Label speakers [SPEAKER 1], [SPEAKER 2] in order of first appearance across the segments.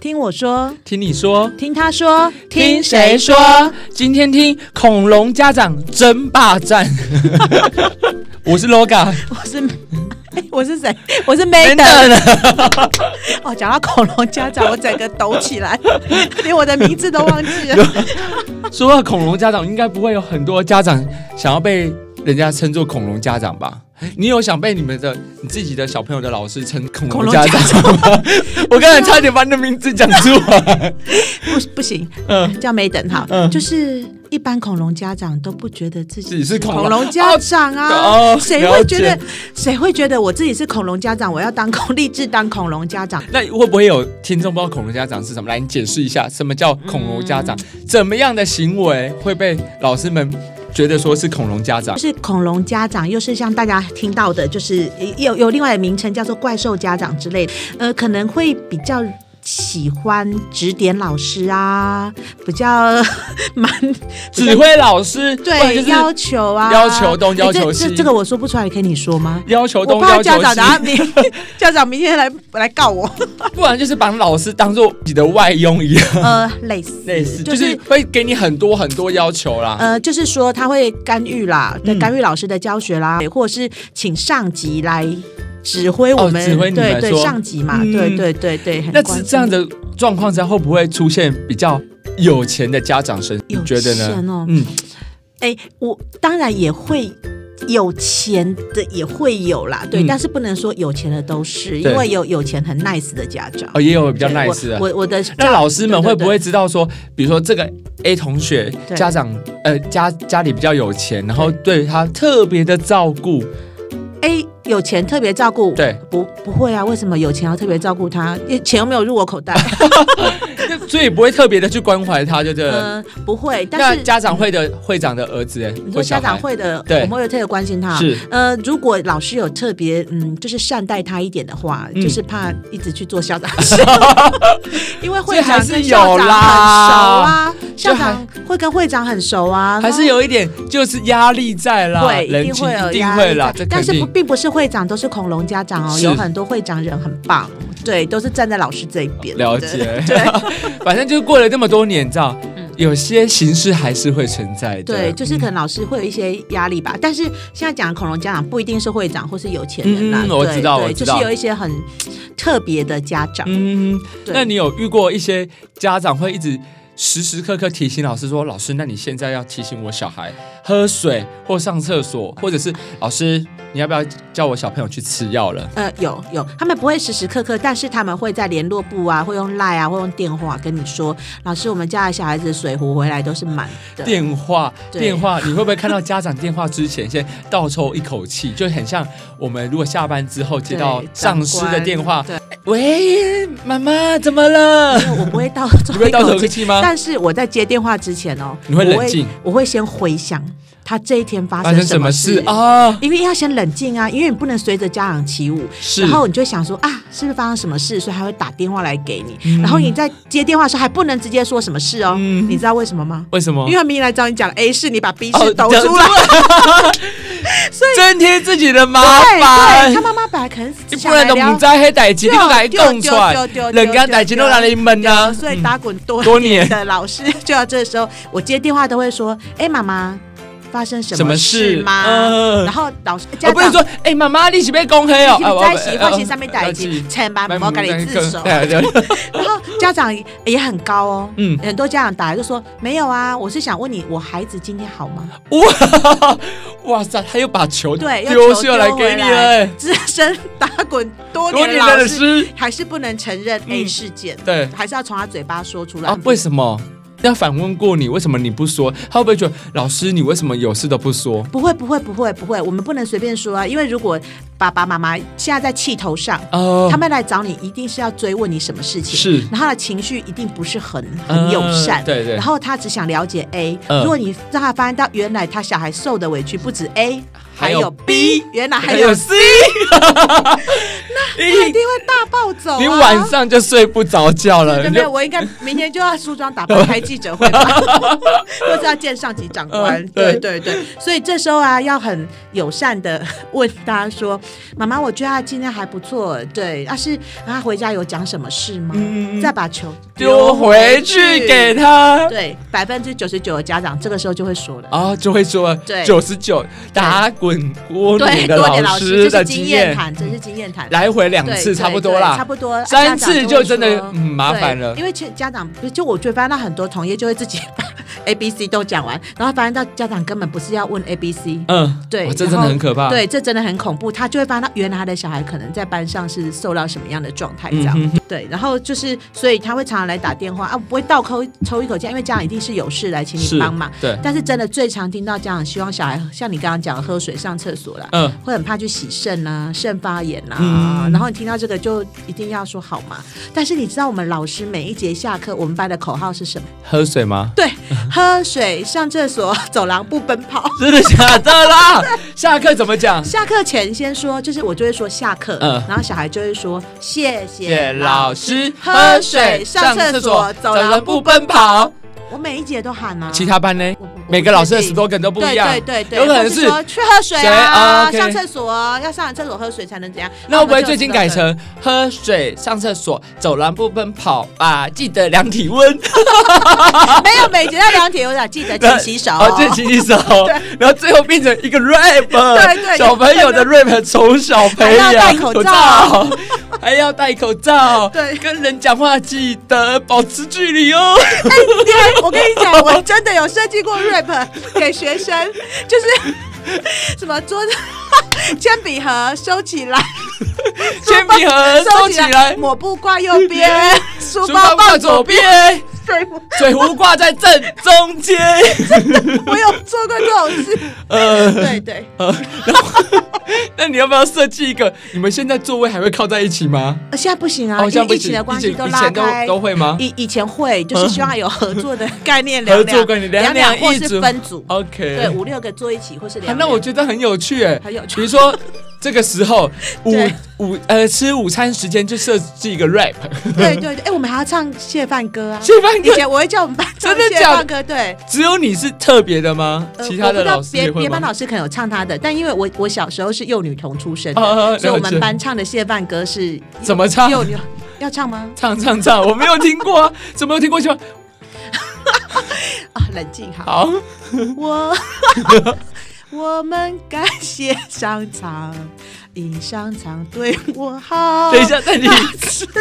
[SPEAKER 1] 听我说，
[SPEAKER 2] 听你说，
[SPEAKER 1] 听他说，
[SPEAKER 2] 听谁说？今天听恐龙家长争霸战。 我是 LOGA，
[SPEAKER 1] 我是。 哎我是谁？我是 Maiden。哦， 讲到恐龙家长，我整个抖起来， 连我的名字都忘记了。
[SPEAKER 2] 说到恐龙家长，应该不会有很多家长想要被人家称作恐龙家长吧？你有想被你们的你自己的小朋友的老师称恐
[SPEAKER 1] 恐龙
[SPEAKER 2] 龙家
[SPEAKER 1] 家
[SPEAKER 2] 长 吗？我刚才差点把你的名字讲出 来。
[SPEAKER 1] 不，不行，
[SPEAKER 2] 嗯，
[SPEAKER 1] 叫 Maiden 好，
[SPEAKER 2] 嗯
[SPEAKER 1] 就是一般恐龙家长都不觉得自
[SPEAKER 2] 自
[SPEAKER 1] 己
[SPEAKER 2] 己是恐龙
[SPEAKER 1] 恐龙家长啊
[SPEAKER 2] 哦，
[SPEAKER 1] 谁会觉
[SPEAKER 2] 了
[SPEAKER 1] 得
[SPEAKER 2] 解
[SPEAKER 1] 谁会觉得我自己是恐龙家长？我要当恐立志当恐龙家长。
[SPEAKER 2] 那会不会有听众不知道恐龙家长是什么？来，你解释一下，什么叫恐龙家长？怎么样的行为会被老师们觉得说是恐龙家长
[SPEAKER 1] 就？是恐龙家长，又是像大家听到的，就是呃有有另外的名称叫做怪兽家长之类的，呃，可能会比较。喜欢指点老师啊，比较 蛮
[SPEAKER 2] 指挥老师，不然
[SPEAKER 1] 对、
[SPEAKER 2] 就是
[SPEAKER 1] 要求啊，
[SPEAKER 2] 要求东
[SPEAKER 1] 哎
[SPEAKER 2] 要
[SPEAKER 1] 这
[SPEAKER 2] 求西
[SPEAKER 1] 这这个我说不出来，可以你说吗？
[SPEAKER 2] 要求
[SPEAKER 1] 我
[SPEAKER 2] 东
[SPEAKER 1] 怕
[SPEAKER 2] 要
[SPEAKER 1] 家
[SPEAKER 2] 求
[SPEAKER 1] 长等下
[SPEAKER 2] 西，
[SPEAKER 1] 明 家长明天来来告我，
[SPEAKER 2] 不然就是把老师当做你的外佣一样，
[SPEAKER 1] 呃，类似
[SPEAKER 2] 类似
[SPEAKER 1] 就
[SPEAKER 2] 就是是会给你很多很多要求啦。
[SPEAKER 1] 呃，就是说他会干预啦，对，
[SPEAKER 2] 嗯
[SPEAKER 1] 干预老师的教学啦，或者是请上级来指挥我们，
[SPEAKER 2] 哦指挥你们
[SPEAKER 1] 对对，
[SPEAKER 2] 说
[SPEAKER 1] 上级嘛，
[SPEAKER 2] 嗯
[SPEAKER 1] 对对对对，很
[SPEAKER 2] 那
[SPEAKER 1] 关
[SPEAKER 2] 是
[SPEAKER 1] 键
[SPEAKER 2] 这样的状况下，会不会出现比较有钱的家长身？你
[SPEAKER 1] 有
[SPEAKER 2] 觉得呢？
[SPEAKER 1] 钱哦，
[SPEAKER 2] 嗯，
[SPEAKER 1] 哎，我当然也会。有钱的也会有啦，对，
[SPEAKER 2] 嗯
[SPEAKER 1] 但是不能说有钱的都是，
[SPEAKER 2] 对
[SPEAKER 1] 因为有有钱很 nice 的家长，
[SPEAKER 2] 哦，也有比较
[SPEAKER 1] 对
[SPEAKER 2] nice 的。
[SPEAKER 1] 我我我的
[SPEAKER 2] 那老师们
[SPEAKER 1] 对对
[SPEAKER 2] 会不会知道说，比如说这个 A 同学
[SPEAKER 1] 对
[SPEAKER 2] 家长呃家家里比较有钱，然后对他特别的照顾，
[SPEAKER 1] 哎有钱特别照顾，
[SPEAKER 2] 对，
[SPEAKER 1] 不不会啊，为什么有钱要特别照顾他？因为钱又没有入我口袋，
[SPEAKER 2] 所以不会特别的去关怀他，就对了。
[SPEAKER 1] 嗯、不会。但
[SPEAKER 2] 那
[SPEAKER 1] 是
[SPEAKER 2] 家长会的会长的儿子哎
[SPEAKER 1] 你，
[SPEAKER 2] 或
[SPEAKER 1] 说
[SPEAKER 2] 小
[SPEAKER 1] 家长
[SPEAKER 2] 孩
[SPEAKER 1] 会的，
[SPEAKER 2] 对
[SPEAKER 1] 我们会特别关心他。
[SPEAKER 2] 是
[SPEAKER 1] 呃，如果老师有特别嗯，就是善待他一点的话，
[SPEAKER 2] 嗯
[SPEAKER 1] 就是怕一直去做校 长事，因为会
[SPEAKER 2] 所以
[SPEAKER 1] 长
[SPEAKER 2] 还是
[SPEAKER 1] 跟校长
[SPEAKER 2] 有
[SPEAKER 1] 很熟
[SPEAKER 2] 啦
[SPEAKER 1] 啊，校
[SPEAKER 2] 就还
[SPEAKER 1] 长会跟会长很熟啊，
[SPEAKER 2] 还是有一点就是压力在啦，
[SPEAKER 1] 会一
[SPEAKER 2] 人
[SPEAKER 1] 定
[SPEAKER 2] 情
[SPEAKER 1] 会有
[SPEAKER 2] 一定
[SPEAKER 1] 压
[SPEAKER 2] 会
[SPEAKER 1] 力
[SPEAKER 2] 啦，
[SPEAKER 1] 在
[SPEAKER 2] 这
[SPEAKER 1] 但
[SPEAKER 2] 肯
[SPEAKER 1] 是不
[SPEAKER 2] 定。
[SPEAKER 1] 并不是会长都是恐龙家长哦，
[SPEAKER 2] 是
[SPEAKER 1] 有很多会长人很棒，对，都是站在老师这一边的。
[SPEAKER 2] 了解
[SPEAKER 1] 对，
[SPEAKER 2] 反正就是过了这么多年，你知道
[SPEAKER 1] 嗯，
[SPEAKER 2] 有些形式还是会存在的。
[SPEAKER 1] 对，就是可能
[SPEAKER 2] 嗯
[SPEAKER 1] 老师会有一些压力吧，但是现在讲的恐龙家长不一定是会长或是有钱人啦，
[SPEAKER 2] 嗯嗯
[SPEAKER 1] 对
[SPEAKER 2] 我知道
[SPEAKER 1] 对
[SPEAKER 2] 我知
[SPEAKER 1] 就
[SPEAKER 2] 道
[SPEAKER 1] 是有一些很特别的家长，
[SPEAKER 2] 嗯，
[SPEAKER 1] 对
[SPEAKER 2] 那你有遇过一些家长会一直时时刻刻提醒老师说：“老师，那你现在要提醒我小孩喝水或上厕所，或者是老师，你要不要叫我小朋友去吃药了
[SPEAKER 1] 呃，有有，他们不会时时刻刻，但是他们会在联络部啊，会用 Line 啊，会用电话跟你说，老师，我们家的小孩子水壶回来都是满？”的。
[SPEAKER 2] 电话，
[SPEAKER 1] 对
[SPEAKER 2] 电话，你会不会看到家长电话之前先倒抽一口气，就很像我们如果下班之后接到
[SPEAKER 1] 对
[SPEAKER 2] 上司
[SPEAKER 1] 长
[SPEAKER 2] 的
[SPEAKER 1] 官
[SPEAKER 2] 电话
[SPEAKER 1] 对，
[SPEAKER 2] 喂，妈妈怎么了？
[SPEAKER 1] 因为我不会倒
[SPEAKER 2] 你
[SPEAKER 1] 抽
[SPEAKER 2] 会
[SPEAKER 1] 一
[SPEAKER 2] 倒抽
[SPEAKER 1] 口
[SPEAKER 2] 一口
[SPEAKER 1] 气，
[SPEAKER 2] 气吗？
[SPEAKER 1] 但是我在接电话之前哦，
[SPEAKER 2] 你会
[SPEAKER 1] 我
[SPEAKER 2] 冷静，
[SPEAKER 1] 我会先回想他这一天发
[SPEAKER 2] 发生
[SPEAKER 1] 生
[SPEAKER 2] 什么
[SPEAKER 1] 事
[SPEAKER 2] 事啊？
[SPEAKER 1] 因为要先冷静啊，因为你不能随着家长起舞，
[SPEAKER 2] 是
[SPEAKER 1] 然，后你就会想说啊，是不是发生什么事，所以他会打电话来给你。然后你在接电话的时候还不能直接说什么事哦，
[SPEAKER 2] 嗯
[SPEAKER 1] 你知道为什么吗？
[SPEAKER 2] 为什么？
[SPEAKER 1] 因为他明明来找你讲 A 事，你把 B
[SPEAKER 2] 哦
[SPEAKER 1] 事抖出来，
[SPEAKER 2] 增添自己的麻
[SPEAKER 1] 对
[SPEAKER 2] 烦
[SPEAKER 1] 对，他。妈妈本来可能
[SPEAKER 2] 你
[SPEAKER 1] 只
[SPEAKER 2] 不
[SPEAKER 1] 想
[SPEAKER 2] 然
[SPEAKER 1] 来
[SPEAKER 2] 都
[SPEAKER 1] 聊
[SPEAKER 2] 唔知迄代志，你都来讲出来
[SPEAKER 1] 对对对对，对
[SPEAKER 2] 人家代志都来你问啊。
[SPEAKER 1] 所以打滚多
[SPEAKER 2] 多年
[SPEAKER 1] 的老师就要这时候，我接电话都会说：“哎，妈妈，发生什
[SPEAKER 2] 什么事
[SPEAKER 1] 事吗？”
[SPEAKER 2] 嗯
[SPEAKER 1] 然后老师家
[SPEAKER 2] 我不是
[SPEAKER 1] 长
[SPEAKER 2] 说，哎，妈妈，你是被公黑哦？
[SPEAKER 1] 你
[SPEAKER 2] 啊
[SPEAKER 1] 在洗发型上面
[SPEAKER 2] 代
[SPEAKER 1] 戴
[SPEAKER 2] 志
[SPEAKER 1] 金，，千万不要跟你自首。
[SPEAKER 2] 对对对
[SPEAKER 1] 然后家长也很高哦，
[SPEAKER 2] 嗯
[SPEAKER 1] 很多家长打来就说：“没有啊，我是想问你，我孩子今天好吗
[SPEAKER 2] 哇 哇塞，他又把球？”
[SPEAKER 1] 对，
[SPEAKER 2] 呃丢
[SPEAKER 1] 球
[SPEAKER 2] 下来给你
[SPEAKER 1] 丢回
[SPEAKER 2] 了，哎
[SPEAKER 1] 资深打滚多
[SPEAKER 2] 多
[SPEAKER 1] 年的
[SPEAKER 2] 年
[SPEAKER 1] 老
[SPEAKER 2] 的
[SPEAKER 1] 师
[SPEAKER 2] 师，
[SPEAKER 1] 还是不能承认 A
[SPEAKER 2] 嗯
[SPEAKER 1] 事件，
[SPEAKER 2] 对
[SPEAKER 1] 还是要从他嘴巴说出来
[SPEAKER 2] 啊。，为什么？要反问过你，为什么你不说？他会不会觉得老师你为什么有事都不说？
[SPEAKER 1] 不会，不会，不会，不会，我们不能随便说啊，因为如果爸爸妈妈现在在气头上，
[SPEAKER 2] 哦
[SPEAKER 1] 他，们来找你一定是要追问你什么事情，
[SPEAKER 2] 是
[SPEAKER 1] 然后他的情绪一定不是很很友
[SPEAKER 2] 嗯
[SPEAKER 1] 善，
[SPEAKER 2] 对对
[SPEAKER 1] 然后他只想了解 A，、
[SPEAKER 2] 嗯
[SPEAKER 1] 如果你让他发现到原来他小孩受的委屈不止 A，
[SPEAKER 2] 还有哎
[SPEAKER 1] 有 B，原来还
[SPEAKER 2] 还
[SPEAKER 1] 有
[SPEAKER 2] 有
[SPEAKER 1] C，
[SPEAKER 2] C，
[SPEAKER 1] 他一定会大暴走、啊。
[SPEAKER 2] 你晚上就睡不着觉了，
[SPEAKER 1] 对
[SPEAKER 2] 你
[SPEAKER 1] 不对？
[SPEAKER 2] 就
[SPEAKER 1] 我 应该明天就要梳妆打扮开记者会吧，或是要见上级长官。
[SPEAKER 2] 嗯
[SPEAKER 1] 对
[SPEAKER 2] 对
[SPEAKER 1] 对对，所以这时候啊，要很友善的问大家说：“妈妈，我觉得他今天还不错，对，啊是啊他回家有讲什么事吗？”
[SPEAKER 2] 嗯
[SPEAKER 1] 再把球
[SPEAKER 2] 丢回去给他。
[SPEAKER 1] 对百分之九十九的家长这个时候就会说了。
[SPEAKER 2] 啊，就会说
[SPEAKER 1] 对
[SPEAKER 2] 九十九打滚锅
[SPEAKER 1] 对，
[SPEAKER 2] 里的
[SPEAKER 1] 多点老
[SPEAKER 2] 师
[SPEAKER 1] 这
[SPEAKER 2] 的
[SPEAKER 1] 是经
[SPEAKER 2] 经
[SPEAKER 1] 验
[SPEAKER 2] 验，
[SPEAKER 1] 谈，这是经验谈。
[SPEAKER 2] 来回两
[SPEAKER 1] 对
[SPEAKER 2] 次
[SPEAKER 1] 对
[SPEAKER 2] 差不多
[SPEAKER 1] 对
[SPEAKER 2] 啦，
[SPEAKER 1] 差不多
[SPEAKER 2] 三次就真的嗯麻
[SPEAKER 1] 对
[SPEAKER 2] 烦了
[SPEAKER 1] 因为其实家长不是，就我觉得发现到很多同业就会自己把 A、B、C 都讲完，然后发现到家长根本不是要问 A、B、C。
[SPEAKER 2] 嗯，
[SPEAKER 1] 对
[SPEAKER 2] 哇这真
[SPEAKER 1] 然
[SPEAKER 2] 的
[SPEAKER 1] 后
[SPEAKER 2] 很可怕，
[SPEAKER 1] 对，这真的很恐怖。他就会发现到，原来他的小孩可能在班上是受到什么样的状态，这
[SPEAKER 2] 嗯
[SPEAKER 1] 样、
[SPEAKER 2] 哼哼，
[SPEAKER 1] 对。然后就是，所以他会常常来打电话啊，不会倒抽抽一口气，因为家长一定是有事来请
[SPEAKER 2] 是
[SPEAKER 1] 你帮忙。
[SPEAKER 2] 对，
[SPEAKER 1] 但是真的最常听到家长希望小孩像你刚刚讲的喝水、上厕所啦，
[SPEAKER 2] 嗯，
[SPEAKER 1] 会很怕去洗肾啊、肾发炎啊，
[SPEAKER 2] 嗯
[SPEAKER 1] 然后你听到这个就一定要说好嘛。但是你知道我们老师每一节下课，我们班的口号是什么？
[SPEAKER 2] 喝水吗？
[SPEAKER 1] 对，喝水、上厕所、走廊不奔跑。
[SPEAKER 2] 真的假的啦？ 下课怎么讲？
[SPEAKER 1] 下课前先说，就是我就会说下课，
[SPEAKER 2] 嗯
[SPEAKER 1] 然后小孩就会说谢
[SPEAKER 2] 谢
[SPEAKER 1] 谢
[SPEAKER 2] 老
[SPEAKER 1] 老师。
[SPEAKER 2] 师，
[SPEAKER 1] 喝水上厕所
[SPEAKER 2] 走
[SPEAKER 1] 走廊
[SPEAKER 2] 廊不
[SPEAKER 1] 不
[SPEAKER 2] 奔跑。
[SPEAKER 1] 我每一节都喊啊。
[SPEAKER 2] 其他班呢
[SPEAKER 1] 我我？
[SPEAKER 2] 每个老师的
[SPEAKER 1] 我不确定
[SPEAKER 2] slogan 都不一样，
[SPEAKER 1] 对对对对，
[SPEAKER 2] 有可能
[SPEAKER 1] 或
[SPEAKER 2] 是
[SPEAKER 1] 说去喝水啊，
[SPEAKER 2] 谁
[SPEAKER 1] 上
[SPEAKER 2] OK
[SPEAKER 1] 厕所啊，要上完厕所喝水才能怎样？
[SPEAKER 2] 那我们
[SPEAKER 1] 就
[SPEAKER 2] 最近
[SPEAKER 1] 知道
[SPEAKER 2] 改
[SPEAKER 1] 对
[SPEAKER 2] 成喝水、上厕所、走廊不奔跑吧，记得量体温，
[SPEAKER 1] 没有每节要量体温的，记得 勤洗手。
[SPEAKER 2] 哦，对，勤 洗手，然后最后变成一个 rap，
[SPEAKER 1] 对对
[SPEAKER 2] 小朋友的 rap 从小培
[SPEAKER 1] 还
[SPEAKER 2] 养，
[SPEAKER 1] 要戴口罩，
[SPEAKER 2] 还要戴口罩，
[SPEAKER 1] 对
[SPEAKER 2] 跟人讲话记得保持距离哦，
[SPEAKER 1] 对， 我跟你 讲，我真的有设计过 rap 给学生，就是 什么桌子、铅笔盒收起来，
[SPEAKER 2] 铅 笔盒收起来，
[SPEAKER 1] 抹布挂右边， 书
[SPEAKER 2] 书
[SPEAKER 1] 包放
[SPEAKER 2] 包放
[SPEAKER 1] 左
[SPEAKER 2] 左
[SPEAKER 1] 边。
[SPEAKER 2] 边，
[SPEAKER 1] 对，我
[SPEAKER 2] 水壶挂在正中间，
[SPEAKER 1] 我有做过这种事。
[SPEAKER 2] 呃。
[SPEAKER 1] 对对，
[SPEAKER 2] 呃，然后那你要不要设计一个？你们现在座位还会靠在一起吗？
[SPEAKER 1] 呃现在不行啊，
[SPEAKER 2] 好
[SPEAKER 1] 因
[SPEAKER 2] 哦像不
[SPEAKER 1] 为疫
[SPEAKER 2] 行，
[SPEAKER 1] 情的关系
[SPEAKER 2] 以前
[SPEAKER 1] 都
[SPEAKER 2] 以
[SPEAKER 1] 拉
[SPEAKER 2] 前
[SPEAKER 1] 开
[SPEAKER 2] 都。都会吗？
[SPEAKER 1] 以以前 会，就是希望有合作的概念，
[SPEAKER 2] 合
[SPEAKER 1] 两
[SPEAKER 2] 作
[SPEAKER 1] 两
[SPEAKER 2] 关系，
[SPEAKER 1] 两
[SPEAKER 2] 两
[SPEAKER 1] 或
[SPEAKER 2] 一
[SPEAKER 1] 是
[SPEAKER 2] 组
[SPEAKER 1] 分组，
[SPEAKER 2] OK，
[SPEAKER 1] 对，五六个坐一起，或是
[SPEAKER 2] 啊
[SPEAKER 1] 两。
[SPEAKER 2] 那我觉得很有趣哎，
[SPEAKER 1] 很有趣
[SPEAKER 2] 比如说这个时候午
[SPEAKER 1] 对
[SPEAKER 2] 午呃吃午餐时间就设计一个 rap，
[SPEAKER 1] 对对对，哎，我们还要唱谢饭歌啊。
[SPEAKER 2] 谢 饭
[SPEAKER 1] 以
[SPEAKER 2] 哥，
[SPEAKER 1] 前我会叫我们班唱
[SPEAKER 2] 真的
[SPEAKER 1] 谢
[SPEAKER 2] 假
[SPEAKER 1] 饭歌，对。
[SPEAKER 2] 只有你是特别的吗？
[SPEAKER 1] 呃
[SPEAKER 2] 其他的老
[SPEAKER 1] 我
[SPEAKER 2] 师
[SPEAKER 1] 不知
[SPEAKER 2] 也
[SPEAKER 1] 道别
[SPEAKER 2] 会
[SPEAKER 1] 别班
[SPEAKER 2] 吗？
[SPEAKER 1] 老师可能有唱他的，但因为我我小时候是幼女童出身的，
[SPEAKER 2] 啊啊啊
[SPEAKER 1] 所以我
[SPEAKER 2] 了
[SPEAKER 1] 们
[SPEAKER 2] 解
[SPEAKER 1] 班唱的谢饭歌是
[SPEAKER 2] 怎么唱
[SPEAKER 1] 幼女要唱吗？
[SPEAKER 2] 唱唱唱，我没有听过啊， 怎么有听过？就
[SPEAKER 1] 啊，冷静好，
[SPEAKER 2] 好，
[SPEAKER 1] 我 我们感谢商场，因商场对我好。
[SPEAKER 2] 等一。下，那 你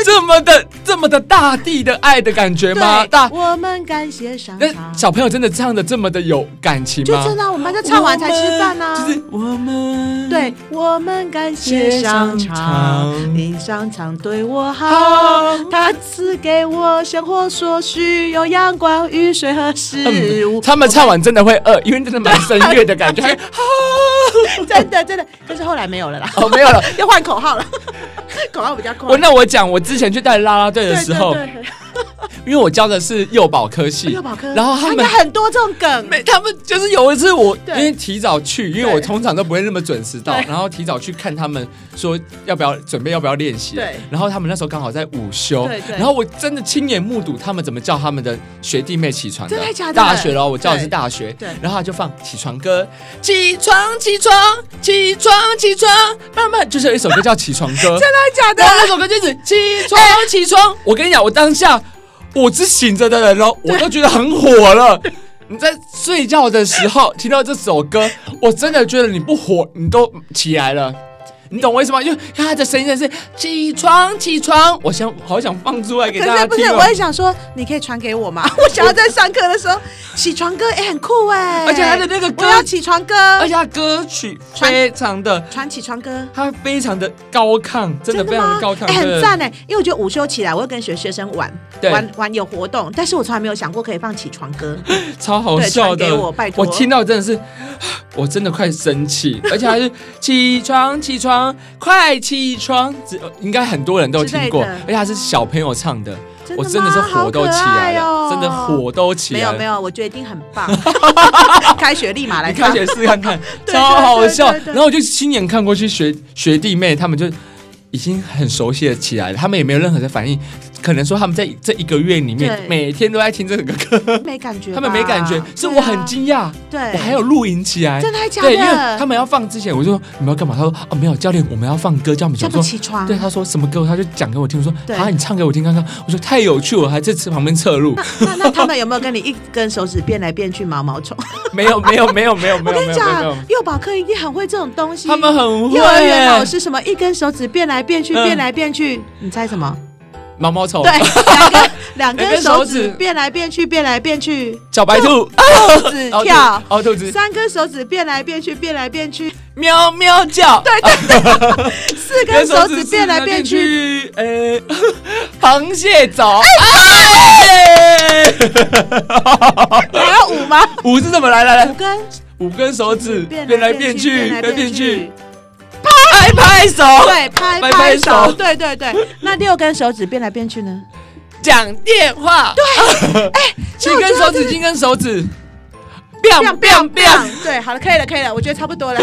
[SPEAKER 2] 这么的这么的大地的爱的感觉吗？
[SPEAKER 1] 对，
[SPEAKER 2] 大
[SPEAKER 1] 我们感谢商
[SPEAKER 2] 那
[SPEAKER 1] 场。
[SPEAKER 2] 小朋友真的唱的这么的有感情
[SPEAKER 1] 就
[SPEAKER 2] 吗？
[SPEAKER 1] 真的啊，我们班就唱完才吃饭啊。
[SPEAKER 2] 我们就是我们
[SPEAKER 1] 对，我们感谢商
[SPEAKER 2] 嗯谢商
[SPEAKER 1] 场，
[SPEAKER 2] 场
[SPEAKER 1] 因商场对我好
[SPEAKER 2] 好，
[SPEAKER 1] 它赐给我生活所需，有阳光、雨水和食物。
[SPEAKER 2] 嗯，他们唱完真的会饿，因为真的蛮声乐 的感觉。还 啊
[SPEAKER 1] 真的真的，可是后来没有 了啦，
[SPEAKER 2] 哦，没 有了。
[SPEAKER 1] 要换口号了，口号比较快
[SPEAKER 2] 我。那我讲，我之前去带啦啦队的
[SPEAKER 1] 对
[SPEAKER 2] 时候，嗯
[SPEAKER 1] 对对哎对
[SPEAKER 2] 因为我教的是幼保科系，
[SPEAKER 1] 幼保科，
[SPEAKER 2] 然后他
[SPEAKER 1] 应
[SPEAKER 2] 们
[SPEAKER 1] 该很多这种梗，
[SPEAKER 2] 每他们就是有一次我
[SPEAKER 1] 对
[SPEAKER 2] 因为提早去，因为
[SPEAKER 1] 对
[SPEAKER 2] 我通常都不会那么准时到，
[SPEAKER 1] 对
[SPEAKER 2] 然后提早去看他们说要不要准备要不要练习
[SPEAKER 1] 对，
[SPEAKER 2] 然后他们那时候刚好在午休
[SPEAKER 1] 对，对
[SPEAKER 2] 然后我真的亲眼目睹他们怎么叫他们的学弟妹起床
[SPEAKER 1] 真的假的
[SPEAKER 2] 大学了，我教的是
[SPEAKER 1] 对
[SPEAKER 2] 大学，
[SPEAKER 1] 对
[SPEAKER 2] 然后他就放起床歌，起床起床起床起床，慢慢就是有一首歌叫起床歌，
[SPEAKER 1] 真的假
[SPEAKER 2] 然后
[SPEAKER 1] 的？
[SPEAKER 2] 那首歌就是起床起床， 我跟你讲，我当下我是醒着的人哦，我都觉得很火了。你在睡觉的时候听到这首歌，我真的觉得你不火，你都起来了。你懂我意思吗？因为他的声音真的是起床，起床，我想好想放出来给
[SPEAKER 1] 可
[SPEAKER 2] 大家
[SPEAKER 1] 是不
[SPEAKER 2] 听
[SPEAKER 1] 是，
[SPEAKER 2] 哦
[SPEAKER 1] 我。也想说，你可以传给我吗？ 我想要在上课的时候起床歌，哎，很酷哎，
[SPEAKER 2] 而且他的那个歌
[SPEAKER 1] 我要起床歌，
[SPEAKER 2] 而且他歌曲非常的，
[SPEAKER 1] 传起床歌。
[SPEAKER 2] 他非常的高亢，真的非常的高亢，
[SPEAKER 1] 哎、很
[SPEAKER 2] 对
[SPEAKER 1] 赞哎、因为我觉得午休起来，我会跟学学生玩
[SPEAKER 2] 对
[SPEAKER 1] 玩玩有活动，但是我从来没有想过可以放起床歌。
[SPEAKER 2] 超好笑
[SPEAKER 1] 对传
[SPEAKER 2] 的。
[SPEAKER 1] 给我拜托
[SPEAKER 2] 听到真的是， 我真的快生 气，而且还是起床起床快起床，只呃应该很多人都有听过，
[SPEAKER 1] 之类的
[SPEAKER 2] 而且还是小朋友唱的，
[SPEAKER 1] 真的吗
[SPEAKER 2] 我真的是火都起来了，
[SPEAKER 1] 好可爱哦
[SPEAKER 2] 真的火都 起
[SPEAKER 1] 没
[SPEAKER 2] 来
[SPEAKER 1] 有
[SPEAKER 2] 了。
[SPEAKER 1] 没有，我觉得一定很 棒。开学立马来
[SPEAKER 2] 你
[SPEAKER 1] 唱
[SPEAKER 2] 开始试看看，
[SPEAKER 1] 对
[SPEAKER 2] 超好笑。
[SPEAKER 1] 对对对对
[SPEAKER 2] 然后我就亲眼看过去学学弟妹，他们就已经很熟悉了起来了，他们也没有任何的反应，可能说他们在这一个月里面
[SPEAKER 1] 对
[SPEAKER 2] 每天都在听这个歌，
[SPEAKER 1] 没感觉吧，啊
[SPEAKER 2] 他们没感觉，是我很惊讶，
[SPEAKER 1] 对啊，
[SPEAKER 2] 我
[SPEAKER 1] 对，
[SPEAKER 2] 还有录影起来。
[SPEAKER 1] 真的还假
[SPEAKER 2] 对，因为
[SPEAKER 1] 的？
[SPEAKER 2] 他们要放之前，我就说你们要干嘛？他说哦没有，教练，我们要放歌，叫我们
[SPEAKER 1] 叫
[SPEAKER 2] 想
[SPEAKER 1] 不
[SPEAKER 2] 说。
[SPEAKER 1] 起床，
[SPEAKER 2] 对，他说什么歌，他就讲给我听。我说
[SPEAKER 1] 对
[SPEAKER 2] 啊，你唱给我听看看。我说太有趣了，我还在吃旁边侧录。
[SPEAKER 1] 那那他们有没有跟你一根手指变来变去毛毛虫？
[SPEAKER 2] 没有，没有，没有，没有， 没
[SPEAKER 1] 我
[SPEAKER 2] 有，
[SPEAKER 1] 跟
[SPEAKER 2] 没
[SPEAKER 1] 你
[SPEAKER 2] 有，没有
[SPEAKER 1] 讲。，幼保课一定很会这种东西。
[SPEAKER 2] 他们很会啊欸
[SPEAKER 1] 幼儿园老师什么一根手指变来变去，
[SPEAKER 2] 嗯
[SPEAKER 1] 变来变去，你猜什么？
[SPEAKER 2] 毛毛虫
[SPEAKER 1] 对，两根两
[SPEAKER 2] 两根
[SPEAKER 1] 根
[SPEAKER 2] 手
[SPEAKER 1] 手指
[SPEAKER 2] 指
[SPEAKER 1] 变来变去，变来变去，
[SPEAKER 2] 小白兔，
[SPEAKER 1] 兔子
[SPEAKER 2] 哦
[SPEAKER 1] 跳，，
[SPEAKER 2] 兔哦，兔子，
[SPEAKER 1] 三根手指变来变去，变来变去，
[SPEAKER 2] 喵喵叫，对，
[SPEAKER 1] 四根手指变来变去。
[SPEAKER 2] 去，呃， 螃蟹走，哎，
[SPEAKER 1] 还要五吗？
[SPEAKER 2] 五是怎么来？来
[SPEAKER 1] 五
[SPEAKER 2] 来，
[SPEAKER 1] 根
[SPEAKER 2] 五根手指
[SPEAKER 1] 变
[SPEAKER 2] 变来
[SPEAKER 1] 来
[SPEAKER 2] 变
[SPEAKER 1] 变去，
[SPEAKER 2] 去，变
[SPEAKER 1] 变
[SPEAKER 2] 来
[SPEAKER 1] 来
[SPEAKER 2] 变
[SPEAKER 1] 变
[SPEAKER 2] 去
[SPEAKER 1] 去，，
[SPEAKER 2] 拍拍手，
[SPEAKER 1] 对，拍
[SPEAKER 2] 拍
[SPEAKER 1] 拍
[SPEAKER 2] 拍手
[SPEAKER 1] 手，对对对。那六根手指变来变去呢？
[SPEAKER 2] 讲电话，对，
[SPEAKER 1] 哎
[SPEAKER 2] 七根手指，七根手指，biang biang biang。
[SPEAKER 1] 对，好了，可以了，可以了，我觉得差不多了。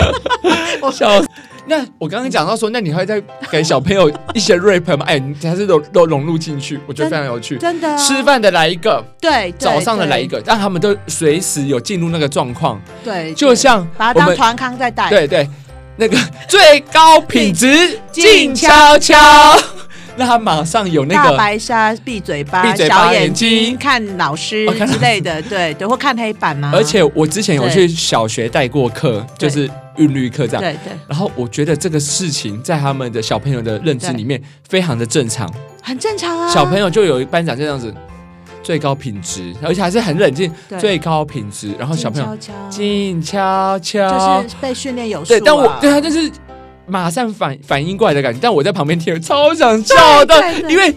[SPEAKER 1] 我
[SPEAKER 2] 笑死。那我刚刚讲到说，那你会再给小朋友一些 rap 吗？哎，你还是都都融入进去，我觉得非常有趣。
[SPEAKER 1] 真的啊
[SPEAKER 2] 吃饭的来一个，
[SPEAKER 1] 对，对
[SPEAKER 2] 早上的来一，个，让他们都随时有进入那个状况，
[SPEAKER 1] 对，对
[SPEAKER 2] 就像
[SPEAKER 1] 把它
[SPEAKER 2] 我
[SPEAKER 1] 当
[SPEAKER 2] 们
[SPEAKER 1] 团康在带。
[SPEAKER 2] 对对那个最高品质
[SPEAKER 1] 静
[SPEAKER 2] 静悄悄， 让他马上有那
[SPEAKER 1] 大
[SPEAKER 2] 个
[SPEAKER 1] 白鲨、闭嘴巴、
[SPEAKER 2] 闭嘴巴
[SPEAKER 1] 小眼
[SPEAKER 2] 眼睛
[SPEAKER 1] 看老师
[SPEAKER 2] 哦看老
[SPEAKER 1] 之类的，对对，或看黑板啊。
[SPEAKER 2] 而且我之前有
[SPEAKER 1] 对
[SPEAKER 2] 去小学带过课，就
[SPEAKER 1] 对
[SPEAKER 2] 是韵律课这样。
[SPEAKER 1] 对对，
[SPEAKER 2] 然后我觉得这个事情在他们的小朋友的认知
[SPEAKER 1] 对
[SPEAKER 2] 里面非常的正常。
[SPEAKER 1] 很正常啊。
[SPEAKER 2] 小朋友就有一班长这样子，最高品质，而且还是很冷静，
[SPEAKER 1] 对
[SPEAKER 2] 最高品质。然后小朋友
[SPEAKER 1] 静悄悄
[SPEAKER 2] 静悄悄，
[SPEAKER 1] 就是被训练有素啊。
[SPEAKER 2] 对，但我对他就是马上反反应过来的感觉，但我在旁边听，超想笑的
[SPEAKER 1] 对，对
[SPEAKER 2] 因为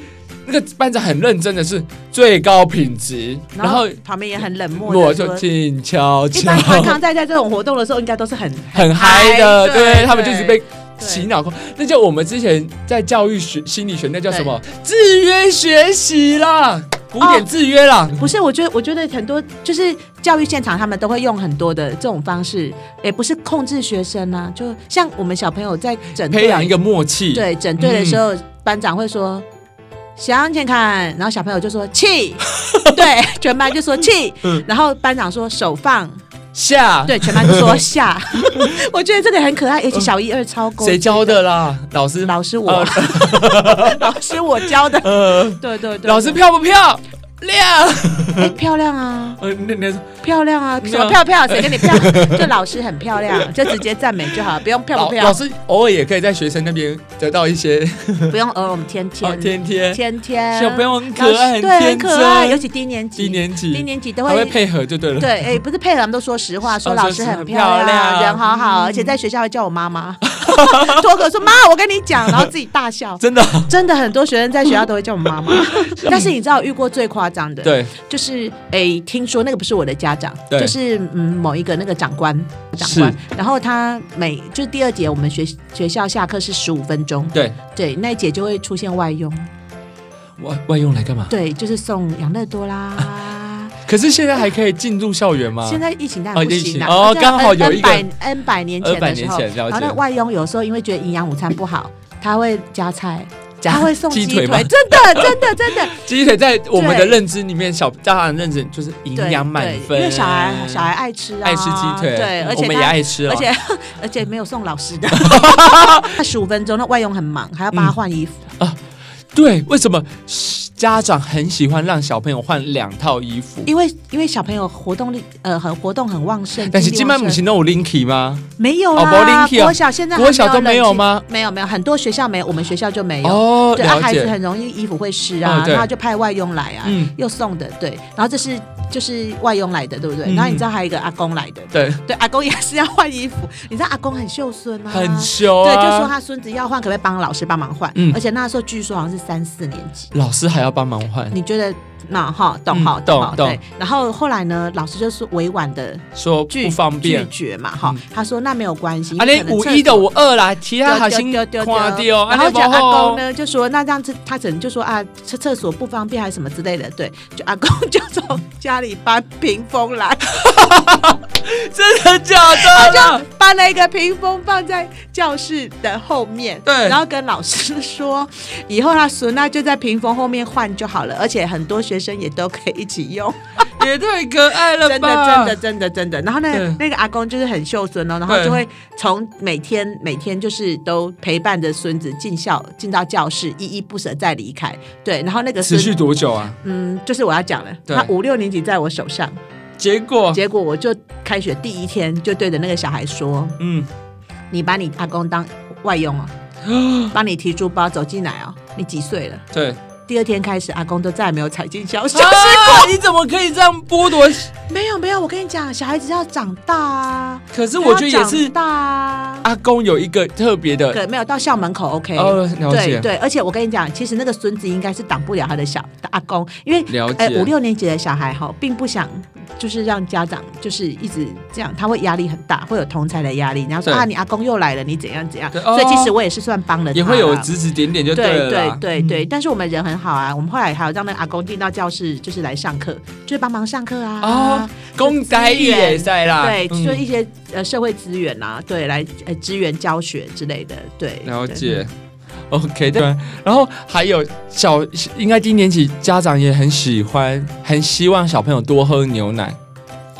[SPEAKER 2] 那个班长很认真的是最高品质，然后
[SPEAKER 1] 旁边也很冷漠
[SPEAKER 2] 我
[SPEAKER 1] 的
[SPEAKER 2] 就
[SPEAKER 1] 说。
[SPEAKER 2] 静悄
[SPEAKER 1] 一
[SPEAKER 2] 悄
[SPEAKER 1] 般，团康在在这种活动的时候，应该都是很
[SPEAKER 2] 很嗨的，
[SPEAKER 1] 嗨
[SPEAKER 2] 对
[SPEAKER 1] 对
[SPEAKER 2] 他们就是被。
[SPEAKER 1] 对
[SPEAKER 2] 洗脑过，那叫我们之前在教育学心理学，那叫什么制约学习啦，古
[SPEAKER 1] 哦
[SPEAKER 2] 典制约啦。
[SPEAKER 1] 不是，我觉得我觉得很多就是教育现场，他们都会用很多的这种方式，也不是控制学生啊，就像我们小朋友在整队
[SPEAKER 2] 培养一个默契。，
[SPEAKER 1] 对整队的时候，班长会说。向前看，然后小朋友就说 气，对，全班就说气，
[SPEAKER 2] 嗯啊
[SPEAKER 1] 然后班长说手放，
[SPEAKER 2] 下
[SPEAKER 1] 对，全班就说下。 我觉得这个很可爱，而且小一、二超高，
[SPEAKER 2] 嗯谁教的哦啦？老师，
[SPEAKER 1] 老师我， 老师我教的，
[SPEAKER 2] 呃，
[SPEAKER 1] 对对对，
[SPEAKER 2] 老师漂不漂亮？
[SPEAKER 1] 哎、漂亮啊，
[SPEAKER 2] 呃，那那
[SPEAKER 1] 漂亮啊，
[SPEAKER 2] 没有
[SPEAKER 1] 什么漂漂？谁跟你漂？就老师很漂亮，就直接赞美就好，不用漂
[SPEAKER 2] 老
[SPEAKER 1] 不漂
[SPEAKER 2] 老，师偶尔也可以在学生那边得到一些
[SPEAKER 1] 不用呃偶尔我们天
[SPEAKER 2] 哦
[SPEAKER 1] 天
[SPEAKER 2] 天天
[SPEAKER 1] 天天
[SPEAKER 2] 小朋友很可爱，
[SPEAKER 1] 老师对，
[SPEAKER 2] 天
[SPEAKER 1] 很可爱，尤
[SPEAKER 2] 真。
[SPEAKER 1] 其低年级，
[SPEAKER 2] 低年
[SPEAKER 1] 低
[SPEAKER 2] 级
[SPEAKER 1] 年级都
[SPEAKER 2] 嗯他会
[SPEAKER 1] 会。
[SPEAKER 2] 配合就对了。
[SPEAKER 1] 对，哎，不是配合，我们都说实话，说
[SPEAKER 2] 哦
[SPEAKER 1] 老
[SPEAKER 2] 说
[SPEAKER 1] 师
[SPEAKER 2] 是
[SPEAKER 1] 很
[SPEAKER 2] 很
[SPEAKER 1] 漂
[SPEAKER 2] 漂亮嗯
[SPEAKER 1] 亮，人好好，而且在学校会叫我妈 妈，脱口说妈，我跟你讲，然后自己大笑，
[SPEAKER 2] 真的，
[SPEAKER 1] 真的很多学生在学校都会叫我妈 妈，但是你知道我遇过最夸张的，
[SPEAKER 2] 对，
[SPEAKER 1] 就是诶，听说那个不是我的家长，
[SPEAKER 2] 对
[SPEAKER 1] 就是嗯某一个那个长官，长官，然后他每就是第二节我们学学校下课是十五分钟，
[SPEAKER 2] 对，
[SPEAKER 1] 对，那一节就会出现外佣，
[SPEAKER 2] 外外用来干嘛？
[SPEAKER 1] 对，就是送养乐多啦。
[SPEAKER 2] 可是现在还可以进入校园吗？
[SPEAKER 1] 现在疫情当然不行啦、
[SPEAKER 2] 啊哦疫情哦
[SPEAKER 1] 那在
[SPEAKER 2] 刚好
[SPEAKER 1] N-
[SPEAKER 2] 有一个
[SPEAKER 1] N 百 N 百年前的时候，
[SPEAKER 2] 200年前了解
[SPEAKER 1] 然后那外佣有时候因为觉得营养午餐不好，他会加 菜，
[SPEAKER 2] 加
[SPEAKER 1] 他会送
[SPEAKER 2] 鸡
[SPEAKER 1] 鸡
[SPEAKER 2] 腿
[SPEAKER 1] 腿，
[SPEAKER 2] 吗
[SPEAKER 1] 真的真的真的，
[SPEAKER 2] 鸡腿在我们的认知里面，小家长的认知就是 营
[SPEAKER 1] 对
[SPEAKER 2] 养满
[SPEAKER 1] 对
[SPEAKER 2] 分，
[SPEAKER 1] 因为小孩小孩爱吃啊，
[SPEAKER 2] 爱吃鸡腿，
[SPEAKER 1] 对，而
[SPEAKER 2] 我
[SPEAKER 1] 且
[SPEAKER 2] 们
[SPEAKER 1] 他
[SPEAKER 2] 也爱吃啊
[SPEAKER 1] 而。且 而且没有送老师的， 他十五分钟，那外佣很忙，还要帮他换衣服。
[SPEAKER 2] 嗯对，为什么家长很喜欢让小朋友换两套衣服？
[SPEAKER 1] 因为因为小朋友活动力呃很活动很旺盛，
[SPEAKER 2] 但是
[SPEAKER 1] 精力
[SPEAKER 2] 今
[SPEAKER 1] 旺
[SPEAKER 2] 晚
[SPEAKER 1] 盛
[SPEAKER 2] 不是弄 linky 吗？
[SPEAKER 1] 没有
[SPEAKER 2] 哦没
[SPEAKER 1] 啦，
[SPEAKER 2] linky 啊
[SPEAKER 1] 国小现在还
[SPEAKER 2] 国小都
[SPEAKER 1] 冷
[SPEAKER 2] 没有
[SPEAKER 1] 气
[SPEAKER 2] 吗？
[SPEAKER 1] 没有没有，很多学校没有，我们学校就没有。
[SPEAKER 2] 哦，
[SPEAKER 1] 对，啊，
[SPEAKER 2] 了
[SPEAKER 1] 孩子
[SPEAKER 2] 解。
[SPEAKER 1] 很容易衣服会湿
[SPEAKER 2] 哦
[SPEAKER 1] 啊，
[SPEAKER 2] 对
[SPEAKER 1] 然后就派外佣来啊
[SPEAKER 2] 嗯，
[SPEAKER 1] 又送的对，然后这是就是外佣来的，对不
[SPEAKER 2] 嗯
[SPEAKER 1] 对？然后你知道还有一个阿公来的，
[SPEAKER 2] 对，
[SPEAKER 1] 对，阿公也是要换衣服，你知道阿公很秀孙啊，
[SPEAKER 2] 很羞
[SPEAKER 1] 对，就说
[SPEAKER 2] 啊。
[SPEAKER 1] 他孙子要换，可不可以帮老师帮忙换？
[SPEAKER 2] 嗯
[SPEAKER 1] 而且那时候据说好像是三四年级，
[SPEAKER 2] 老师还要帮忙换，
[SPEAKER 1] 你觉得那哈懂
[SPEAKER 2] 嗯
[SPEAKER 1] 哈、
[SPEAKER 2] 懂
[SPEAKER 1] 哈
[SPEAKER 2] 懂
[SPEAKER 1] 对。然后后来呢，老师就是委婉的
[SPEAKER 2] 说
[SPEAKER 1] 拒
[SPEAKER 2] 不方便
[SPEAKER 1] 拒。绝嘛哈、
[SPEAKER 2] 嗯
[SPEAKER 1] 他说那没有关系，
[SPEAKER 2] 啊，
[SPEAKER 1] 因为
[SPEAKER 2] 你
[SPEAKER 1] 可能
[SPEAKER 2] 五
[SPEAKER 1] 厕
[SPEAKER 2] 一的
[SPEAKER 1] 所
[SPEAKER 2] 五二啦，其他啊好心
[SPEAKER 1] 丢丢
[SPEAKER 2] 看
[SPEAKER 1] 丢丢
[SPEAKER 2] 丢。啊
[SPEAKER 1] 然后
[SPEAKER 2] 你
[SPEAKER 1] 讲
[SPEAKER 2] 不
[SPEAKER 1] 阿
[SPEAKER 2] 好
[SPEAKER 1] 公呢，就说那这样子，他可能就说啊，厕厕所不方便还是 什 么之类的，对，就阿公就从家里搬屏风来，
[SPEAKER 2] 真的假的 啦？
[SPEAKER 1] 把那个屏风放在教室的后面，
[SPEAKER 2] 对
[SPEAKER 1] 然后跟老师说，以后他唢呐就在屏风后面换就好了，而且很多学生也都可以一起用，
[SPEAKER 2] 也太可爱了
[SPEAKER 1] 真的
[SPEAKER 2] 吧！
[SPEAKER 1] 真的真的真的。然后那
[SPEAKER 2] 对
[SPEAKER 1] 个那个阿公就是很孝顺哦，然后
[SPEAKER 2] 对
[SPEAKER 1] 就会从每天每天就是都陪伴着孙子进校进到教室，依依不舍再离开。对，然后那个
[SPEAKER 2] 持
[SPEAKER 1] 孙
[SPEAKER 2] 续多久啊？
[SPEAKER 1] 嗯，就是我要讲了，
[SPEAKER 2] 对哦
[SPEAKER 1] 他五六年级在我手上，
[SPEAKER 2] 结果，
[SPEAKER 1] 结果我就开学第一天就对着那个小孩说。
[SPEAKER 2] 嗯，
[SPEAKER 1] 你把你阿公当外佣 哦，帮你提书包走进来哦。你几岁了？
[SPEAKER 2] 对。
[SPEAKER 1] 第二天开始，阿公都再也没有踩进小小。
[SPEAKER 2] 啊！你怎么可以这样剥夺？
[SPEAKER 1] 没有没有，我跟你讲，小孩子要长大啊。
[SPEAKER 2] 可是我觉得也
[SPEAKER 1] 他要
[SPEAKER 2] 是
[SPEAKER 1] 长大啊。
[SPEAKER 2] 阿公有一个特别的
[SPEAKER 1] 可没有到校门口 OK。
[SPEAKER 2] 哦，了
[SPEAKER 1] 对
[SPEAKER 2] 解，
[SPEAKER 1] 对，而且我跟你讲，其实那个孙子应该是挡不了他的小阿公，因为
[SPEAKER 2] 了
[SPEAKER 1] 哎
[SPEAKER 2] 解
[SPEAKER 1] 五六年级的小孩哈，并不想就是让家长就是一直这样，他会压力很大，会有同才的压力。然后说
[SPEAKER 2] 对
[SPEAKER 1] 啊，你阿公又来了，你怎样怎样。
[SPEAKER 2] 对
[SPEAKER 1] 所以其实
[SPEAKER 2] 哦
[SPEAKER 1] 我也是算帮了他啦，
[SPEAKER 2] 也会有指指点点就
[SPEAKER 1] 对
[SPEAKER 2] 了啦。嗯
[SPEAKER 1] 对对，但是我们人很好啊，我们后来还有让那个阿公进到教室，就是来上课，就是帮忙上课啊。
[SPEAKER 2] 哦，公仔也在啦，
[SPEAKER 1] 对，
[SPEAKER 2] 嗯
[SPEAKER 1] 就一些呃社会资源啊，对，来呃支援教学之类的，对，
[SPEAKER 2] 了
[SPEAKER 1] 对。
[SPEAKER 2] 解。OK，对，然后还有小，应该低年级家长也很喜欢，很希望小朋友多喝牛奶。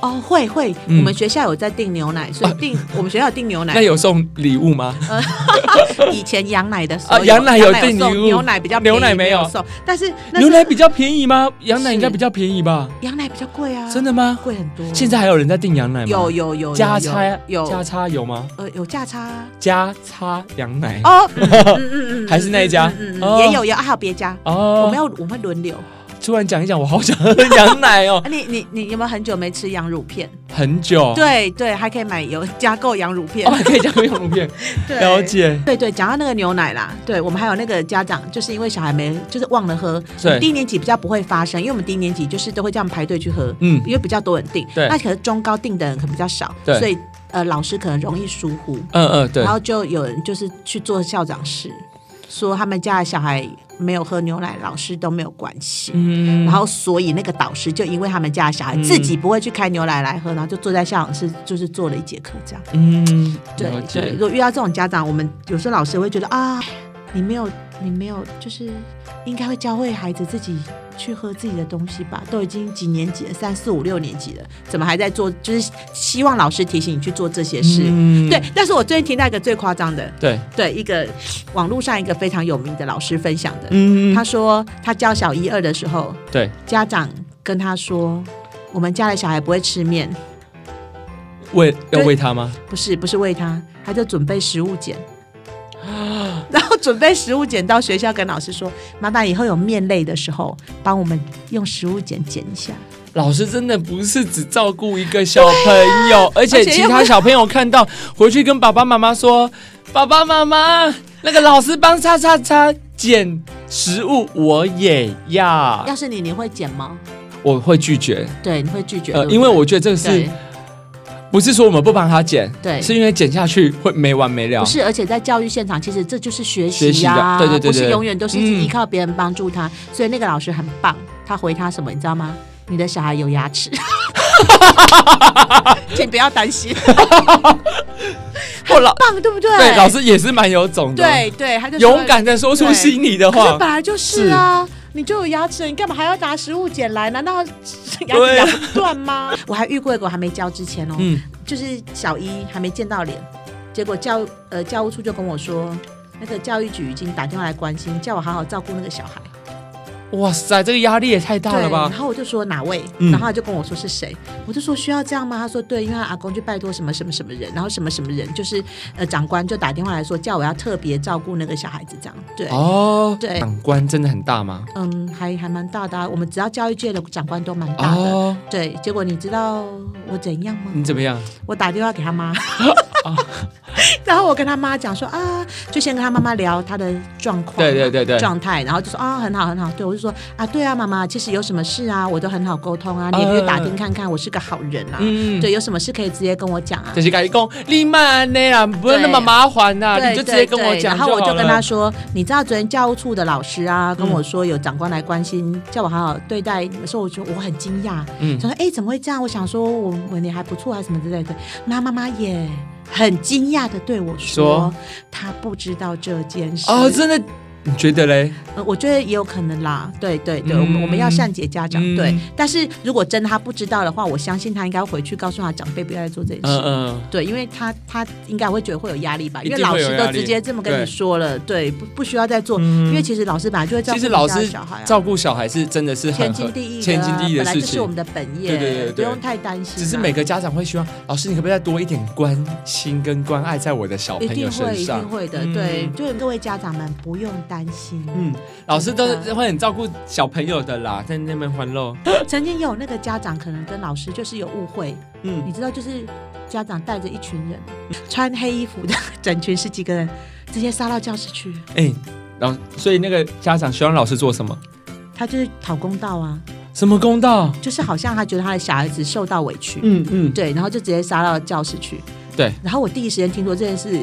[SPEAKER 1] 哦，会会，我
[SPEAKER 2] 嗯
[SPEAKER 1] 们学校有在订牛奶，所以订 我们学校有订牛
[SPEAKER 2] 那
[SPEAKER 1] 奶。
[SPEAKER 2] 有送礼物吗？
[SPEAKER 1] 以前羊奶的时候
[SPEAKER 2] 啊
[SPEAKER 1] 有，
[SPEAKER 2] 羊奶有订
[SPEAKER 1] 送
[SPEAKER 2] 礼物
[SPEAKER 1] 牛奶比较便宜
[SPEAKER 2] 牛奶没
[SPEAKER 1] 没
[SPEAKER 2] 有
[SPEAKER 1] 送，但是那
[SPEAKER 2] 牛
[SPEAKER 1] 时候
[SPEAKER 2] 奶比较便宜吗？羊奶应该比较便宜吧？
[SPEAKER 1] 羊奶比较贵啊，
[SPEAKER 2] 真的吗？
[SPEAKER 1] 贵很多。
[SPEAKER 2] 现在还有人在订羊奶吗？
[SPEAKER 1] 有有有有
[SPEAKER 2] 加
[SPEAKER 1] 有
[SPEAKER 2] 差加
[SPEAKER 1] 有
[SPEAKER 2] 差有吗？
[SPEAKER 1] 呃有价差 啊
[SPEAKER 2] 加差羊奶
[SPEAKER 1] 哦，嗯嗯嗯嗯，
[SPEAKER 2] 还是那一家
[SPEAKER 1] 嗯嗯嗯
[SPEAKER 2] 哦
[SPEAKER 1] 也有有，啊还有别家。我
[SPEAKER 2] 哦
[SPEAKER 1] 们，要我们会轮流。啊，
[SPEAKER 2] 突然讲一讲，我好想喝羊奶哦
[SPEAKER 1] 你你你有没有很久没吃羊乳片？
[SPEAKER 2] 很久。
[SPEAKER 1] 对对，还可以买有加购羊乳片
[SPEAKER 2] 哦，。还可以讲羊乳片，
[SPEAKER 1] 对
[SPEAKER 2] 了。解。
[SPEAKER 1] 对对，讲到那个牛奶啦，对我们还有那个家长，就是因为小孩没，就是忘了喝。
[SPEAKER 2] 对
[SPEAKER 1] 我们低年级比较不会发生，因为我们低年级就是都会这样排队去喝，
[SPEAKER 2] 嗯，
[SPEAKER 1] 因为比较多人订。
[SPEAKER 2] 对
[SPEAKER 1] 那可是中高订的人可能比较少，
[SPEAKER 2] 对
[SPEAKER 1] 所以呃老师可能容易疏忽，
[SPEAKER 2] 嗯嗯，对
[SPEAKER 1] 然，后就有人就是去做校长室，说他们家的小孩没有喝牛奶，老师都没有关系。
[SPEAKER 2] 嗯
[SPEAKER 1] 然后，所以那个导师就因为他们家的小孩
[SPEAKER 2] 嗯
[SPEAKER 1] 自己不会去开牛奶来喝，然后就坐在校长室，就是做了一节课这样。
[SPEAKER 2] 嗯，
[SPEAKER 1] 对
[SPEAKER 2] 了
[SPEAKER 1] 对，
[SPEAKER 2] 解
[SPEAKER 1] 如。果遇到这种家长，我们有时候老师会觉得啊，你没有，你没有，就是应该会教会孩子自己去喝自己的东西吧？都已经几年级了，三四五六年级了，怎么还在做？就是希望老师提醒你去做这些事。
[SPEAKER 2] 嗯
[SPEAKER 1] 对，但是我最近听到一个最夸张的，
[SPEAKER 2] 对，
[SPEAKER 1] 对一个网络上一个非常有名的老师分享的，
[SPEAKER 2] 嗯
[SPEAKER 1] 他说他教小一二的时候，
[SPEAKER 2] 对，
[SPEAKER 1] 家长跟他说，我们家的小孩不会吃面，
[SPEAKER 2] 喂，要
[SPEAKER 1] 对
[SPEAKER 2] 喂它吗？
[SPEAKER 1] 不是不是喂他，他就准备食物剪。 然后准备食物剪到学校跟老师说，麻烦以后有面类的时候，帮我们用食物剪剪一下。
[SPEAKER 2] 老师真的不是只照顾一个小朋 友，而且
[SPEAKER 1] 而且
[SPEAKER 2] 其
[SPEAKER 1] 又不
[SPEAKER 2] 他小朋友看到回去跟爸爸妈妈说：“爸爸妈妈，那个老师帮叉叉叉捡食物，我也要。
[SPEAKER 1] 要是你，你会剪吗？”
[SPEAKER 2] 我会拒绝，
[SPEAKER 1] 对，你会拒绝。
[SPEAKER 2] 呃，
[SPEAKER 1] 对
[SPEAKER 2] 因
[SPEAKER 1] 不
[SPEAKER 2] 为
[SPEAKER 1] 对
[SPEAKER 2] 我觉得这个是啊
[SPEAKER 1] 对
[SPEAKER 2] 不是说我们不帮他捡，
[SPEAKER 1] 对
[SPEAKER 2] 是因为捡下去会没完没了
[SPEAKER 1] 不。是，而且在教育现场，其实这就是学习
[SPEAKER 2] 学习
[SPEAKER 1] 呀、
[SPEAKER 2] 的对对对嗯
[SPEAKER 1] 不是
[SPEAKER 2] 对
[SPEAKER 1] 永远都是一
[SPEAKER 2] 嗯
[SPEAKER 1] 直依靠别人帮助他。所以那个老师很棒，他回他什么，你知道吗？你的小孩有牙 齿，请不要担 心，
[SPEAKER 2] 我老
[SPEAKER 1] 棒对不对？
[SPEAKER 2] 对老师也是蛮有种的，
[SPEAKER 1] 对对，他就说
[SPEAKER 2] 勇敢的说出心里的
[SPEAKER 1] 可是
[SPEAKER 2] 话
[SPEAKER 1] 本。来就是啊，你就有牙齿，你干嘛还要拿食物捡来？难道 牙齿
[SPEAKER 2] 对啊
[SPEAKER 1] 咬不断吗？ 我还遇过一个我还没教之前哦，
[SPEAKER 2] 嗯，
[SPEAKER 1] 就是小一还没见到脸，结果教呃教务处就跟我说，那个教育局已经打电话来关心，叫我好好照顾那个小孩。
[SPEAKER 2] 哇塞，这个压力也太大了
[SPEAKER 1] 对，然
[SPEAKER 2] 吧？
[SPEAKER 1] 后我就说哪位，
[SPEAKER 2] 嗯
[SPEAKER 1] 然后他就跟我说是谁，我就说需要这样吗？他说对，因为他阿公就拜托什么什么什么人，然后什么什么人就是呃长官就打电话来说叫我要特别照顾那个小孩子这样，对。
[SPEAKER 2] 哦，
[SPEAKER 1] 对
[SPEAKER 2] 长官真的很大吗？
[SPEAKER 1] 嗯，还还蛮大的、啊，我们只要教育界的长官都蛮大的。
[SPEAKER 2] 哦，嗯
[SPEAKER 1] 对，结果你知道我怎样吗？
[SPEAKER 2] 你怎么样？
[SPEAKER 1] 我打电话给他妈，
[SPEAKER 2] 哦
[SPEAKER 1] 然后我跟他妈讲说啊，就先跟他妈妈聊他的状况嘛，
[SPEAKER 2] 对对对对
[SPEAKER 1] 状态，然后就说啊，很好很好，对我就说啊，对啊，妈妈，其实有什么事啊，我都很好沟通啊，你也可以打听看看，我是个好人啊，
[SPEAKER 2] 嗯
[SPEAKER 1] 对，有什么事可以直接跟我讲啊，
[SPEAKER 2] 就是跟你讲，你妈呢啦，不用那么麻烦呐、
[SPEAKER 1] 对
[SPEAKER 2] 啊你就直接跟我讲
[SPEAKER 1] 对对然后我
[SPEAKER 2] 好
[SPEAKER 1] 就
[SPEAKER 2] 了嗯
[SPEAKER 1] 跟他说，你知道昨天教务处的老师啊，跟我说有长官来关心，叫我好好对待。说我觉得我很惊讶，
[SPEAKER 2] 嗯
[SPEAKER 1] 想说哎、诶怎么会这样？我想说我我你还不错啊什么之类的。那妈妈也很惊讶的对我说
[SPEAKER 2] 说，
[SPEAKER 1] 她不知道这件事。
[SPEAKER 2] 哦，真的，你觉得嘞？
[SPEAKER 1] 呃我觉得也有可能啦，对对对，我们
[SPEAKER 2] 哦嗯
[SPEAKER 1] 我们要善解家长，
[SPEAKER 2] 嗯
[SPEAKER 1] 对。但是如果真的他不知道的话，我相信他应该回去告诉他长辈不要再做这件事。
[SPEAKER 2] 嗯嗯。
[SPEAKER 1] 对，因为他他应该会觉得会有压力吧，
[SPEAKER 2] 一
[SPEAKER 1] 因
[SPEAKER 2] 定
[SPEAKER 1] 为老
[SPEAKER 2] 会
[SPEAKER 1] 师
[SPEAKER 2] 有
[SPEAKER 1] 都
[SPEAKER 2] 压力
[SPEAKER 1] 直接这么跟你
[SPEAKER 2] 对
[SPEAKER 1] 说了，对，不不需要再
[SPEAKER 2] 嗯
[SPEAKER 1] 做，因为其实老师本来就会照顾
[SPEAKER 2] 其实
[SPEAKER 1] 你家
[SPEAKER 2] 老
[SPEAKER 1] 的
[SPEAKER 2] 师
[SPEAKER 1] 小孩啊，
[SPEAKER 2] 照顾小孩是真的是很
[SPEAKER 1] 天经
[SPEAKER 2] 合
[SPEAKER 1] 地义的啊，
[SPEAKER 2] 天经地义的
[SPEAKER 1] 本来
[SPEAKER 2] 事
[SPEAKER 1] 就是我们，
[SPEAKER 2] 情
[SPEAKER 1] 的本业，
[SPEAKER 2] 对对对对
[SPEAKER 1] 不用太担心啊，
[SPEAKER 2] 只是每个家长会希望老师，你可不可以再多一点关心跟关爱在我的小
[SPEAKER 1] 一
[SPEAKER 2] 朋友
[SPEAKER 1] 定会
[SPEAKER 2] 身
[SPEAKER 1] 一
[SPEAKER 2] 上
[SPEAKER 1] 定？会的，
[SPEAKER 2] 嗯
[SPEAKER 1] 对，就是各位家长们不用担心。
[SPEAKER 2] 嗯，老师都
[SPEAKER 1] 真的
[SPEAKER 2] 会很照顾小朋友的啦，在那边欢乐。
[SPEAKER 1] 曾经有那个家长可能跟老师就是有误会，
[SPEAKER 2] 嗯，
[SPEAKER 1] 你知道，就是家长带着一群人穿黑衣服的，整群十几个人直接杀到教室去，
[SPEAKER 2] 哎、老，所以那个家长希望老师做什么？
[SPEAKER 1] 他就是讨公道啊，
[SPEAKER 2] 什么公道？
[SPEAKER 1] 就是好像他觉得他的小孩子受到委屈，
[SPEAKER 2] 嗯嗯，
[SPEAKER 1] 对，然后就直接杀到教室去。
[SPEAKER 2] 对，
[SPEAKER 1] 然后我第一时间听说这件事，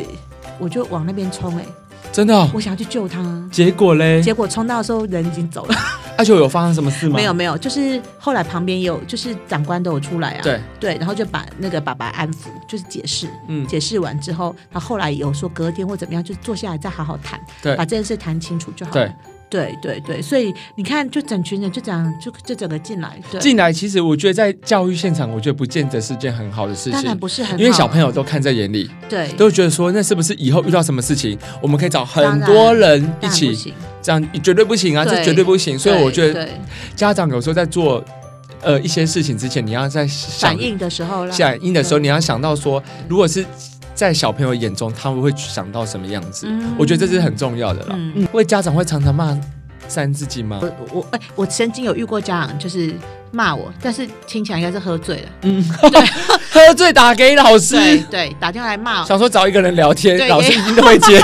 [SPEAKER 1] 我就往那边冲、哎，
[SPEAKER 2] 真的哦、
[SPEAKER 1] 我想要去救他，
[SPEAKER 2] 结果嘞？
[SPEAKER 1] 结果冲到的时候人已经走了，
[SPEAKER 2] 阿九有发生什么事 吗？
[SPEAKER 1] 没有。没有，就是后来旁边也有，就是长官都有出来啊，
[SPEAKER 2] 对，
[SPEAKER 1] 对，然后就把那个爸爸安抚，就是解释。
[SPEAKER 2] 嗯，
[SPEAKER 1] 解释完之后，然后后来有说隔天或怎么样，就坐下来再好好谈，
[SPEAKER 2] 对
[SPEAKER 1] 把这件事谈清楚就好了
[SPEAKER 2] 对。，
[SPEAKER 1] 对对对，所以你看，就整群人就这样，就就整个进来，对，
[SPEAKER 2] 进来其实我觉得在教育现场，我觉得不见得是件很好的事
[SPEAKER 1] 当然
[SPEAKER 2] 情，
[SPEAKER 1] 不是很好，
[SPEAKER 2] 因为小朋友都看在眼里，
[SPEAKER 1] 对
[SPEAKER 2] 都觉得说那是不是以后遇到什么事情，我们可以找很多人一
[SPEAKER 1] 当然不
[SPEAKER 2] 起，
[SPEAKER 1] 行
[SPEAKER 2] 这样绝对不行啊，
[SPEAKER 1] 对
[SPEAKER 2] 这绝对不行。所以我觉
[SPEAKER 1] 对
[SPEAKER 2] 得
[SPEAKER 1] 对
[SPEAKER 2] 家长有时候在做呃一些事情之前，你要在想
[SPEAKER 1] 反应的时候啦，
[SPEAKER 2] 响应的时候，
[SPEAKER 1] 对
[SPEAKER 2] 你要想到说，如果是在小朋友眼中，他们会想到什么样子？
[SPEAKER 1] 嗯
[SPEAKER 2] 我觉得这是很重要的啦。
[SPEAKER 1] 嗯
[SPEAKER 2] 嗯，因为家长会常常骂三字经吗？
[SPEAKER 1] 我我哎、我曾经有遇过家长就是骂我，但是听起来应该是喝醉了，
[SPEAKER 2] 喝醉打给老师，
[SPEAKER 1] 对对，打电话来骂我，
[SPEAKER 2] 想说找一个人聊
[SPEAKER 1] 对
[SPEAKER 2] 天，老师一定都会接。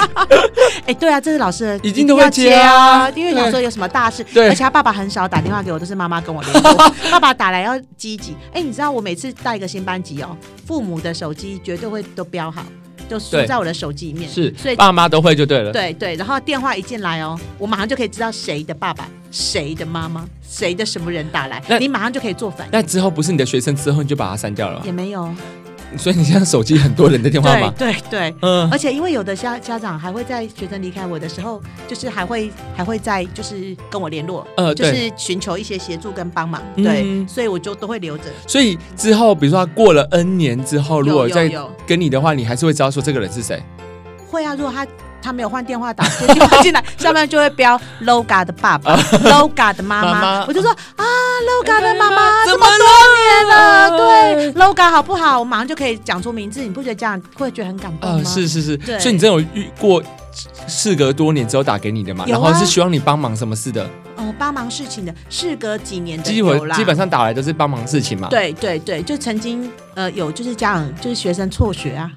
[SPEAKER 1] 哎、对啊，这是老师的
[SPEAKER 2] 一定都会接啊
[SPEAKER 1] 一定要接因为想说有什么大事，
[SPEAKER 2] 对
[SPEAKER 1] 而且他爸爸很少打电话给我，都是妈妈跟我联 络，爸爸打来要积极，哎、你知道我每次带一个新班级哦，父母的手机绝对会都标好，就输
[SPEAKER 2] 对
[SPEAKER 1] 在我的手机 里面，
[SPEAKER 2] 是
[SPEAKER 1] 所以，
[SPEAKER 2] 爸妈都会就对了。
[SPEAKER 1] 对对，然后电话一进来哦，我马上就可以知道谁的爸爸、谁的妈妈、谁的什么人打来
[SPEAKER 2] 那，
[SPEAKER 1] 你马上就可以做反应。
[SPEAKER 2] 那之后不是你的学生，之后你就把他删掉了
[SPEAKER 1] 也。没有，
[SPEAKER 2] 所以你现在手机很多人的电话
[SPEAKER 1] 对
[SPEAKER 2] 吗？
[SPEAKER 1] 对对，
[SPEAKER 2] 嗯，
[SPEAKER 1] 而且因为有的家家长还会在学生离开我的时候，就是还会还会在就是跟我联络，
[SPEAKER 2] 呃
[SPEAKER 1] 就
[SPEAKER 2] 对
[SPEAKER 1] 是寻求一些协助跟帮忙，
[SPEAKER 2] 嗯
[SPEAKER 1] 对，所以我就都会留着。
[SPEAKER 2] 所以之后，比如说他过了 N 年之后，如
[SPEAKER 1] 有
[SPEAKER 2] 果
[SPEAKER 1] 有
[SPEAKER 2] 再
[SPEAKER 1] 有
[SPEAKER 2] 跟你的话，你还是会知道说这个人是谁。
[SPEAKER 1] 会啊，如果他他没有换电话打接电话进来，上面就会标 Loga 的爸 爸，Loga 的妈
[SPEAKER 2] 妈妈哎
[SPEAKER 1] 妈，我就说啊，Loga 的妈妈这
[SPEAKER 2] 怎
[SPEAKER 1] 么
[SPEAKER 2] 么
[SPEAKER 1] 多年
[SPEAKER 2] 了
[SPEAKER 1] 了，对，Loga 好不好？我马上就可以讲出名字，你不觉得这样会觉得很感动
[SPEAKER 2] 啊，
[SPEAKER 1] 吗？
[SPEAKER 2] 是是是
[SPEAKER 1] 对，
[SPEAKER 2] 所以你真的有遇过事隔多年之后打给你的嘛？
[SPEAKER 1] 有
[SPEAKER 2] 然
[SPEAKER 1] 啊
[SPEAKER 2] 后是希望你帮忙什么事的？
[SPEAKER 1] 呃，帮忙事情的，事隔几年的
[SPEAKER 2] 基
[SPEAKER 1] 有
[SPEAKER 2] 本
[SPEAKER 1] 啦，
[SPEAKER 2] 基本上打来都是帮忙事情嘛。，
[SPEAKER 1] 对对对，就曾经呃有就是家长就是学生辍学啊，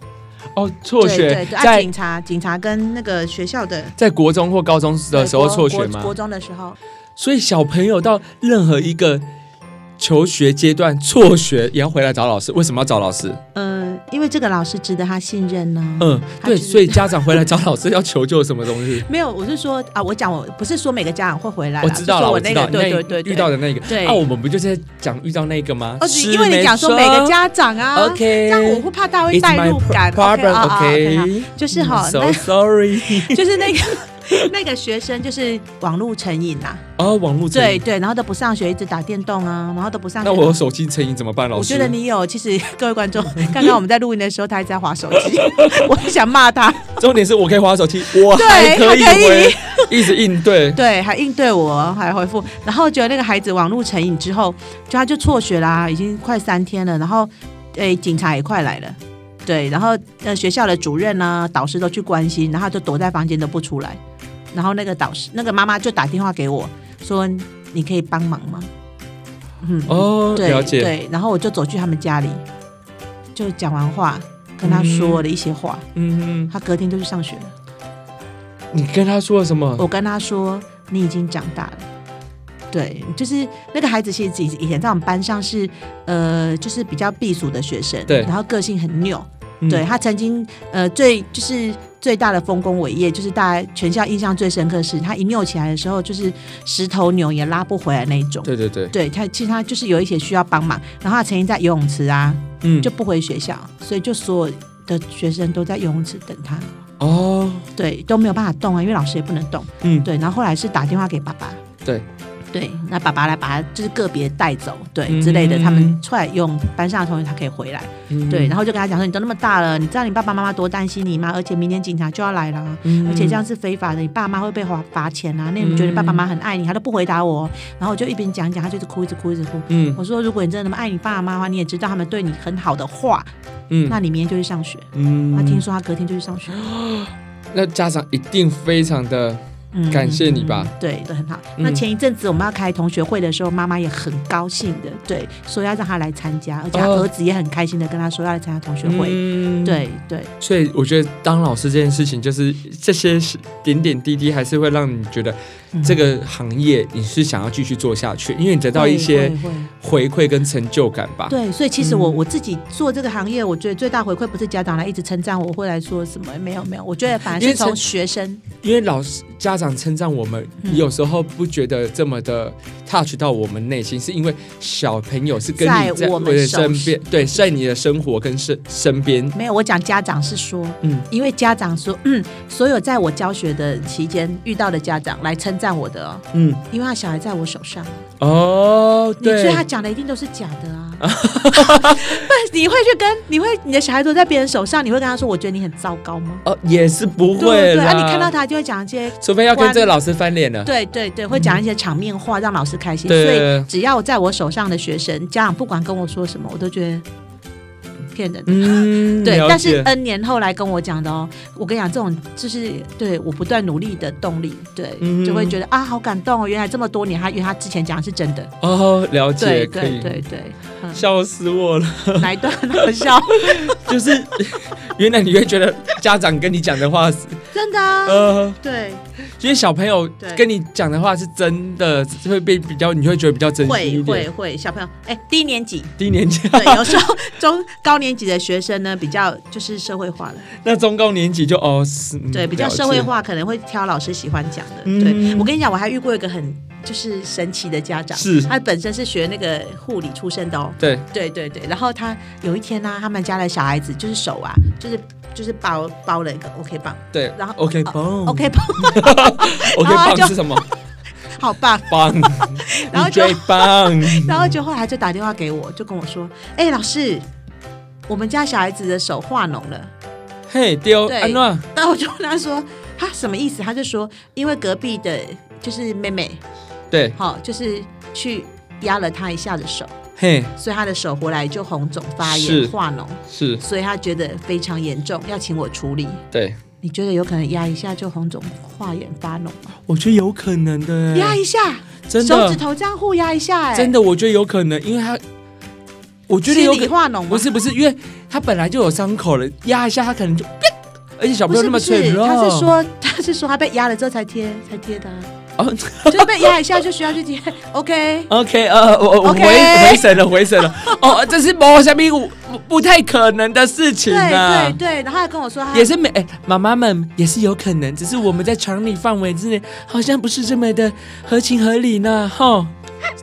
[SPEAKER 2] 哦，辍
[SPEAKER 1] 对
[SPEAKER 2] 学
[SPEAKER 1] 对对，啊
[SPEAKER 2] 在
[SPEAKER 1] 警察警察跟那个学校的
[SPEAKER 2] 在国中或高中的时候
[SPEAKER 1] 对
[SPEAKER 2] 辍
[SPEAKER 1] 国
[SPEAKER 2] 学
[SPEAKER 1] 国
[SPEAKER 2] 嘛
[SPEAKER 1] 国，中的时候，
[SPEAKER 2] 所以小朋友到任何一个求学阶段辍学也要回来找老师。为什么要找老师？
[SPEAKER 1] 嗯、因为这个老师值得他信任呢、
[SPEAKER 2] 嗯，
[SPEAKER 1] 他
[SPEAKER 2] 对，
[SPEAKER 1] 就是
[SPEAKER 2] 所以家长回来找老师要求救什么东 西？
[SPEAKER 1] 没有，我是说啊，我讲我不是说每个家长会回来啦，
[SPEAKER 2] 我知道
[SPEAKER 1] 就说
[SPEAKER 2] 了，我
[SPEAKER 1] 我那
[SPEAKER 2] 知道
[SPEAKER 1] 个对
[SPEAKER 2] 你
[SPEAKER 1] 对
[SPEAKER 2] 那
[SPEAKER 1] 对对
[SPEAKER 2] 遇到的那个，
[SPEAKER 1] 对
[SPEAKER 2] 啊，我们不就是在讲遇到那个吗？
[SPEAKER 1] 哦，
[SPEAKER 2] 是
[SPEAKER 1] 因为你
[SPEAKER 2] 没
[SPEAKER 1] 讲说每个家长啊
[SPEAKER 2] OK，
[SPEAKER 1] 这样我会怕他会
[SPEAKER 2] It's
[SPEAKER 1] 代
[SPEAKER 2] my
[SPEAKER 1] 入感
[SPEAKER 2] problem,
[SPEAKER 1] 啊啊
[SPEAKER 2] OK？
[SPEAKER 1] 好就是哈
[SPEAKER 2] I'm，
[SPEAKER 1] 那
[SPEAKER 2] ，so sorry。
[SPEAKER 1] 就是那个 那个学生就是网络成瘾啊，
[SPEAKER 2] 哦，网络成
[SPEAKER 1] 对
[SPEAKER 2] 瘾。
[SPEAKER 1] 对，然后都不上学，一直打电动啊，然后都不上学。
[SPEAKER 2] 那我有手机成瘾怎么办，老
[SPEAKER 1] 我
[SPEAKER 2] 师？
[SPEAKER 1] 觉得你有，其实各位观众，刚刚我们在录音的时候，他还在划手 机，我很想骂他，
[SPEAKER 2] 重点是我可以滑手机，我还可以
[SPEAKER 1] 还可以
[SPEAKER 2] 回，一直应对。
[SPEAKER 1] 对，还应对我，还回复，然后觉得那个孩子网络成瘾之后，就他就辍学啦、已经快三天了，然后，诶，警察也快来了，对，然后呃，学校的主任啊、导师都去关心，然后他就躲在房间都不出来，然后那个导师、那个妈妈就打电话给我说，你可以帮忙吗？嗯，
[SPEAKER 2] 哦，
[SPEAKER 1] 对
[SPEAKER 2] 了解。
[SPEAKER 1] 对，然后我就走去他们家里，就讲完话，跟他说了一些话，
[SPEAKER 2] 嗯，
[SPEAKER 1] 他隔天就去上学了。
[SPEAKER 2] 你跟他说了什么？
[SPEAKER 1] 我跟他说：“你已经长大了。”对，就是那个孩子，其实以以前在我们班上是呃，就是比较避暑的学生，
[SPEAKER 2] 对
[SPEAKER 1] 然后个性很拗，
[SPEAKER 2] 嗯
[SPEAKER 1] 对，他曾经呃最就是最大的丰功伟业，就是大家全校印象最深刻是，他一扭起来的时候，就是十头牛也拉不回来那一种。
[SPEAKER 2] 对对对，
[SPEAKER 1] 对他，其实他就是有一些需要帮忙，然后他曾经在游泳池啊，
[SPEAKER 2] 嗯，
[SPEAKER 1] 就不回学校，所以就所有的学生都在游泳池等他，
[SPEAKER 2] 哦，
[SPEAKER 1] 对，都没有办法动啊，因为老师也不能动，
[SPEAKER 2] 嗯，
[SPEAKER 1] 对，然后后来是打电话给爸爸，
[SPEAKER 2] 对，
[SPEAKER 1] 对，那爸爸来把他就是个别带走，对、
[SPEAKER 2] 嗯
[SPEAKER 1] 之类的，他们出来用班上的同学，他可以回来，
[SPEAKER 2] 嗯
[SPEAKER 1] 对，然后就跟他讲说，你都那么大了，你知道你爸爸妈妈多担心你吗？而且明天警察就要来了。
[SPEAKER 2] 嗯嗯
[SPEAKER 1] 而且这样是非法的，你爸妈会被罚罚钱啊！那你觉得爸爸妈妈很爱你，他都不回答我，然后我就一边讲一讲，他就是哭，一直哭，一直哭。
[SPEAKER 2] 嗯
[SPEAKER 1] 我说，如果你真的那么爱你爸妈的话，你也知道他们对你很好的话，
[SPEAKER 2] 嗯
[SPEAKER 1] 那你明天就去上学。
[SPEAKER 2] 嗯
[SPEAKER 1] 他听说他隔天就去上学，
[SPEAKER 2] 那家长一定非常的，
[SPEAKER 1] 嗯
[SPEAKER 2] 感谢你吧
[SPEAKER 1] 嗯对，都很好。
[SPEAKER 2] 嗯
[SPEAKER 1] 那前一阵子我们要开同学会的时候，妈妈也很高兴的，对，说要让他来参加，而且他
[SPEAKER 2] 哦
[SPEAKER 1] 儿子也很开心的跟他说要来参加同学会。
[SPEAKER 2] 嗯，
[SPEAKER 1] 对对，
[SPEAKER 2] 所以我觉得当老师这件事情，就是这些点点滴滴，还是会让你觉得
[SPEAKER 1] 嗯
[SPEAKER 2] 这个行业你是想要继续做下去，因为你得到一
[SPEAKER 1] 会
[SPEAKER 2] 些
[SPEAKER 1] 会会
[SPEAKER 2] 回馈跟成就感吧。
[SPEAKER 1] 对，所以其实我、
[SPEAKER 2] 嗯
[SPEAKER 1] 我自己做这个行业，我觉得最大回馈不是家长来一直称赞我，或来说什么没有没有，我觉得反而
[SPEAKER 2] 因
[SPEAKER 1] 是
[SPEAKER 2] 为
[SPEAKER 1] 从
[SPEAKER 2] 是
[SPEAKER 1] 学生
[SPEAKER 2] 因为老师家长称赞我们，
[SPEAKER 1] 嗯
[SPEAKER 2] 有时候不觉得这么的 touch 到我们内心，是因为小朋友是跟
[SPEAKER 1] 在
[SPEAKER 2] 你在
[SPEAKER 1] 我们
[SPEAKER 2] 的
[SPEAKER 1] 手
[SPEAKER 2] 身边，对，在你的生活跟身身边，
[SPEAKER 1] 没有，我讲家长是说，
[SPEAKER 2] 嗯
[SPEAKER 1] 因为家长说，嗯，所有在我教学的期间遇到的家长来称赞我的、哦，
[SPEAKER 2] 嗯，
[SPEAKER 1] 因为他小孩在我手上，
[SPEAKER 2] 哦，
[SPEAKER 1] 你所
[SPEAKER 2] 对
[SPEAKER 1] 以，他讲的一定都是假的啊。不，你会去跟你会你的小孩都在别人手上，你会跟他说，我觉得你很糟糕吗？
[SPEAKER 2] 哦，也是不
[SPEAKER 1] 对
[SPEAKER 2] 会
[SPEAKER 1] 对
[SPEAKER 2] 啦，
[SPEAKER 1] 啊，你看到，他就会讲一些
[SPEAKER 2] 除非要跟这个老师翻脸啊了，
[SPEAKER 1] 对对对，会讲一些场面话，让老师开心。所
[SPEAKER 2] 对
[SPEAKER 1] 以只要在我手上的学生，家长不管跟我说什么，我都觉得骗人的。
[SPEAKER 2] 嗯，
[SPEAKER 1] 对
[SPEAKER 2] 了，
[SPEAKER 1] 但是
[SPEAKER 2] 解
[SPEAKER 1] N 年后来跟我讲的哦，我跟你讲，这种就是对我不断努力的动力，对，
[SPEAKER 2] 嗯
[SPEAKER 1] 就会觉得啊，好感动哦，原来这么多年，他因为他之前讲的是真的，
[SPEAKER 2] 哦，了
[SPEAKER 1] 呃对
[SPEAKER 2] 解，可
[SPEAKER 1] 对
[SPEAKER 2] 以，
[SPEAKER 1] 对对，嗯
[SPEAKER 2] 笑死我了，
[SPEAKER 1] 哪一段很好笑？
[SPEAKER 2] 就是 原来你会觉得家长跟你讲 的话是，
[SPEAKER 1] 真的啊，
[SPEAKER 2] 呃。
[SPEAKER 1] 对，
[SPEAKER 2] 因为小朋友
[SPEAKER 1] 对
[SPEAKER 2] 跟你讲的话是真的，会被比较，你会觉得比较珍惜
[SPEAKER 1] 会
[SPEAKER 2] 一
[SPEAKER 1] 会
[SPEAKER 2] 点。
[SPEAKER 1] 会，小朋友，哎，低年级，
[SPEAKER 2] 低年级，
[SPEAKER 1] 对，有时候中高年级的学生呢，比较就是社会化了。
[SPEAKER 2] 那中高年级就哦是，嗯
[SPEAKER 1] 对，比较社会。化，可能会挑老师喜欢讲的。
[SPEAKER 2] 嗯
[SPEAKER 1] 对我跟你讲，我还遇过一个很就是神奇的家长，
[SPEAKER 2] 是
[SPEAKER 1] 他本身是学那个护理出身的哦。
[SPEAKER 2] 了解
[SPEAKER 1] 对对对，然后他有一天呢、他们家的小孩子就是手啊，就是就是包包了一个 OK 棒、
[SPEAKER 2] 对对，
[SPEAKER 1] 然后
[SPEAKER 2] OK 棒
[SPEAKER 1] o k 棒
[SPEAKER 2] OK
[SPEAKER 1] 然后就
[SPEAKER 2] 棒是什么？
[SPEAKER 1] 好棒，
[SPEAKER 2] 棒，
[SPEAKER 1] 然后
[SPEAKER 2] 你
[SPEAKER 1] 就
[SPEAKER 2] 最 棒。
[SPEAKER 1] 然后就后来就打电话给我，就跟我说，哎、老师，我们家小孩子的手化脓了。
[SPEAKER 2] 嘿丢
[SPEAKER 1] 对
[SPEAKER 2] 安娜，
[SPEAKER 1] 然后我就问他说，他什么意思？他就说，因为隔壁的就是妹妹，
[SPEAKER 2] 对
[SPEAKER 1] 好、就是去压了他一下的手。
[SPEAKER 2] 嘿
[SPEAKER 1] 所以他的手回来就红肿发
[SPEAKER 2] 是
[SPEAKER 1] 炎化脓，
[SPEAKER 2] 是，
[SPEAKER 1] 所以他觉得非常严重，要请我处理。
[SPEAKER 2] 对，
[SPEAKER 1] 你觉得有可能压一下就红肿化炎发脓吗？
[SPEAKER 2] 我觉得有可能的
[SPEAKER 1] 压
[SPEAKER 2] 欸，
[SPEAKER 1] 一下，
[SPEAKER 2] 真
[SPEAKER 1] 手指
[SPEAKER 2] 的
[SPEAKER 1] 头这样互压一下、哎，
[SPEAKER 2] 真
[SPEAKER 1] 的，
[SPEAKER 2] 的，我觉得有可能，因为他，我觉得有
[SPEAKER 1] 心
[SPEAKER 2] 可
[SPEAKER 1] 理化脓吗？
[SPEAKER 2] 不是不是，因为他本来就有伤口了，压一下他可能就，呃而且小
[SPEAKER 1] 不
[SPEAKER 2] 朋友
[SPEAKER 1] 是，
[SPEAKER 2] 哦那么
[SPEAKER 1] 不是
[SPEAKER 2] 脆弱，
[SPEAKER 1] 他是说 他是说他被压了之后才贴才贴的、 啊，
[SPEAKER 2] 哦
[SPEAKER 1] 就是被压一下就需要去贴。OK，
[SPEAKER 2] OK，呃，我我
[SPEAKER 1] OK
[SPEAKER 2] 回回神了，回神了。 哦，这是某下面不不太可能的事情
[SPEAKER 1] 对
[SPEAKER 2] 啊
[SPEAKER 1] 对。对，然后他跟我说他
[SPEAKER 2] 也是没，哎、妈妈们也是有可能，只是我们在常理范围之内，好像不是这么的合情合理呢， 哈，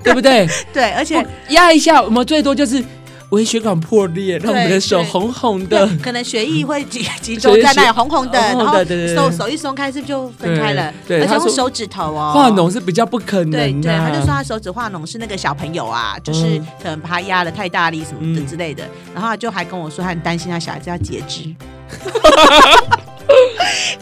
[SPEAKER 2] 对不对？
[SPEAKER 1] 对，而
[SPEAKER 2] 哦
[SPEAKER 1] 且
[SPEAKER 2] 压一下，我们最多就是微血管破裂，让我们的手
[SPEAKER 1] 对
[SPEAKER 2] 红红的，
[SPEAKER 1] 对，可能血液会集 集中在那里，红红的，
[SPEAKER 2] 红
[SPEAKER 1] 然
[SPEAKER 2] 红的
[SPEAKER 1] 后
[SPEAKER 2] 哦对对对
[SPEAKER 1] 手手一松开，是不是就分开了？
[SPEAKER 2] 对对
[SPEAKER 1] 而且
[SPEAKER 2] 他说
[SPEAKER 1] 用手指头哦，
[SPEAKER 2] 化脓是比较不可能的、啊。
[SPEAKER 1] 对对，他就说他手指化脓是那个小朋友啊，就是
[SPEAKER 2] 嗯
[SPEAKER 1] 可能把他压了太大力什么的
[SPEAKER 2] 嗯
[SPEAKER 1] 之类的，然后他就还跟我说他很担心他小孩子要截 肢。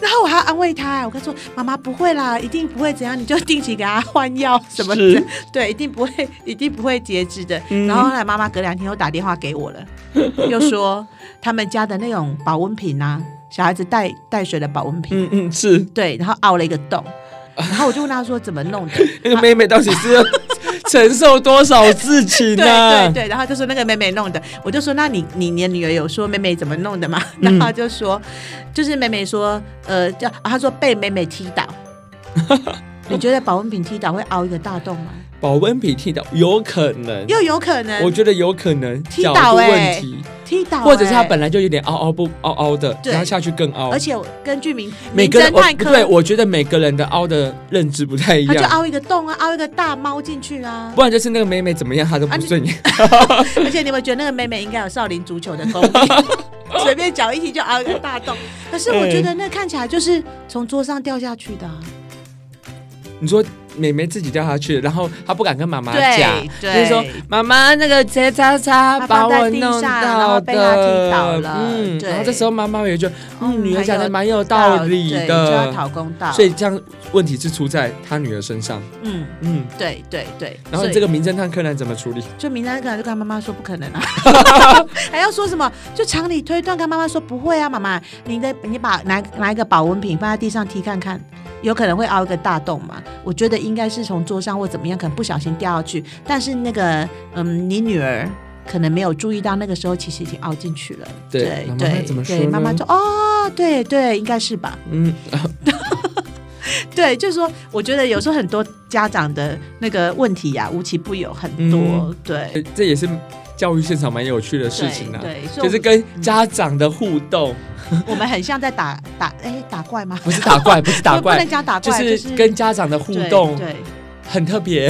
[SPEAKER 1] 然后我还要安慰他，我跟他说：“妈妈不会啦，一定不会怎样，你就定期给他换药什么的
[SPEAKER 2] 是，
[SPEAKER 1] 对，一定不会，一定不会截肢的。
[SPEAKER 2] 嗯
[SPEAKER 1] 然后后来妈妈隔两天又打电话给我 了，又说他们家的那种保温瓶啊，小孩子带带水的保温瓶，
[SPEAKER 2] 嗯嗯，是
[SPEAKER 1] 对，然后凹了一个洞，然后我就问他说怎么弄的，
[SPEAKER 2] 那个妹妹到底是要 承受多少事情 啊
[SPEAKER 1] 对
[SPEAKER 2] 呢、
[SPEAKER 1] 对对，然后就说那个妹妹弄的，我就说那你你你的女儿有说妹妹怎么弄的吗？
[SPEAKER 2] 嗯
[SPEAKER 1] 然后她就说，就是妹妹说，呃，叫、啊她说被妹妹踢 倒。你觉得保温瓶踢倒会凹一个大洞 吗？
[SPEAKER 2] 保温瓶踢倒有可能，
[SPEAKER 1] 又有可能
[SPEAKER 2] 我觉得有可能
[SPEAKER 1] 踢
[SPEAKER 2] 角
[SPEAKER 1] 倒
[SPEAKER 2] 度
[SPEAKER 1] 欸
[SPEAKER 2] 问题，
[SPEAKER 1] 踢倒、
[SPEAKER 2] 或者是他
[SPEAKER 1] 欸
[SPEAKER 2] 本来就有点凹凹不凹凹的，
[SPEAKER 1] 对
[SPEAKER 2] 然后下去更凹
[SPEAKER 1] 而。且我根据名
[SPEAKER 2] 每
[SPEAKER 1] 名
[SPEAKER 2] 个人
[SPEAKER 1] 侦
[SPEAKER 2] 我
[SPEAKER 1] 探
[SPEAKER 2] 不
[SPEAKER 1] 科，
[SPEAKER 2] 对，我觉得每个人的凹的认知不太一
[SPEAKER 1] 他就
[SPEAKER 2] 样，
[SPEAKER 1] 凹一个洞啊，凹一个大猫进去 啊。
[SPEAKER 2] 不然就是那个妹妹怎么样，她都
[SPEAKER 1] 啊
[SPEAKER 2] 不
[SPEAKER 1] 你
[SPEAKER 2] 顺眼。
[SPEAKER 1] 而且你有没有觉得那个妹妹应该有少林足球的功 底？随便脚一踢就凹一个大洞。可是我觉得那看起来就是从桌上掉下去的啊、
[SPEAKER 2] 你说妹妹自己掉下去，然后她不敢跟妈妈讲
[SPEAKER 1] 对，
[SPEAKER 2] 就
[SPEAKER 1] 对
[SPEAKER 2] 是说妈妈那个谁叉叉
[SPEAKER 1] 她
[SPEAKER 2] 把
[SPEAKER 1] 放在
[SPEAKER 2] 我
[SPEAKER 1] 地
[SPEAKER 2] 弄
[SPEAKER 1] 上然后
[SPEAKER 2] 到
[SPEAKER 1] 被她
[SPEAKER 2] 的，
[SPEAKER 1] 踢倒了
[SPEAKER 2] 嗯，
[SPEAKER 1] 对
[SPEAKER 2] 然后这时候妈妈也觉得，嗯，
[SPEAKER 1] 嗯
[SPEAKER 2] 女儿
[SPEAKER 1] 很
[SPEAKER 2] 讲的
[SPEAKER 1] 有
[SPEAKER 2] 蛮有道理
[SPEAKER 1] 对就要
[SPEAKER 2] 的，
[SPEAKER 1] 讨公道。
[SPEAKER 2] 所以这样问题是出在她女儿身上，
[SPEAKER 1] 嗯，
[SPEAKER 2] 嗯。
[SPEAKER 1] 对对对。
[SPEAKER 2] 然后
[SPEAKER 1] 所以
[SPEAKER 2] 这个名侦探柯南怎么处理？
[SPEAKER 1] 就明天可能就跟他妈妈说不可能 啊，还要说什么？就常理推断，跟妈妈说不会啊，妈妈，你的你把拿拿一个保温瓶放在地上踢看看，有可能会凹一个大洞嘛。我觉得应该是从桌上或怎么样，可能不小心掉下去。但是那个嗯，你女儿。可能没有注意到，那个时候其实已经凹哦进去了。对
[SPEAKER 2] 对那妈妈
[SPEAKER 1] 对
[SPEAKER 2] 怎么说
[SPEAKER 1] 对，妈妈
[SPEAKER 2] 呢
[SPEAKER 1] 就哦，对对，应该是吧。
[SPEAKER 2] 嗯，
[SPEAKER 1] 对，就是说，我觉得有时候很多家长的那个问题呀、无奇不有，很多。
[SPEAKER 2] 嗯
[SPEAKER 1] 对，
[SPEAKER 2] 呃这也是教育现场蛮有趣的事
[SPEAKER 1] 对
[SPEAKER 2] 情啊，
[SPEAKER 1] 对，所以嗯
[SPEAKER 2] 就是跟家长的互动，
[SPEAKER 1] 我们很像在打打哎、打怪吗？
[SPEAKER 2] 不是打怪，不是打
[SPEAKER 1] 不
[SPEAKER 2] 怪
[SPEAKER 1] 能，讲打
[SPEAKER 2] 就
[SPEAKER 1] 怪，
[SPEAKER 2] 是跟家长的互动，
[SPEAKER 1] 对
[SPEAKER 2] 很特别。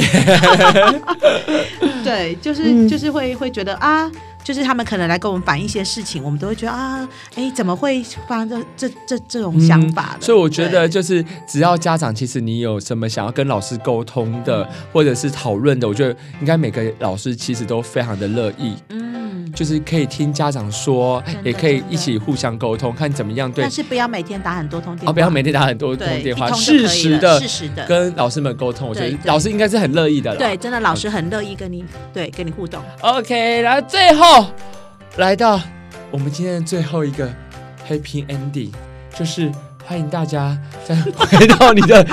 [SPEAKER 1] 对 对，就是、
[SPEAKER 2] 嗯
[SPEAKER 1] 就是会会觉得啊。就是他们可能来跟我们反映一些事情，我们都会觉得啊，哎，怎么会发生这这这这种想法呢、
[SPEAKER 2] 嗯所以我觉得，
[SPEAKER 1] 对
[SPEAKER 2] 就是只要家长，其实你有什么想要跟老师沟通的，
[SPEAKER 1] 嗯
[SPEAKER 2] 或者是讨论的，我觉得应该每个老师其实都非常的乐意，
[SPEAKER 1] 嗯，
[SPEAKER 2] 就是可以听家长说
[SPEAKER 1] 真，的
[SPEAKER 2] 也可以
[SPEAKER 1] 真的
[SPEAKER 2] 一起互相沟通，看怎么样对
[SPEAKER 1] 但。是不要每天打很多通电话，
[SPEAKER 2] 哦，不要每天打很多通
[SPEAKER 1] 对
[SPEAKER 2] 电话，
[SPEAKER 1] 一通就可以
[SPEAKER 2] 适
[SPEAKER 1] 了
[SPEAKER 2] 时的
[SPEAKER 1] 适时的，
[SPEAKER 2] 跟老师们沟通，我觉得
[SPEAKER 1] 对对
[SPEAKER 2] 老师应该是很乐意的啦。
[SPEAKER 1] 对，真的老
[SPEAKER 2] 嗯
[SPEAKER 1] 师很乐意跟你对跟你互动。
[SPEAKER 2] OK，然后最后来到我们今天的最后一个 Happy Ending，就是欢迎大家再回到你 的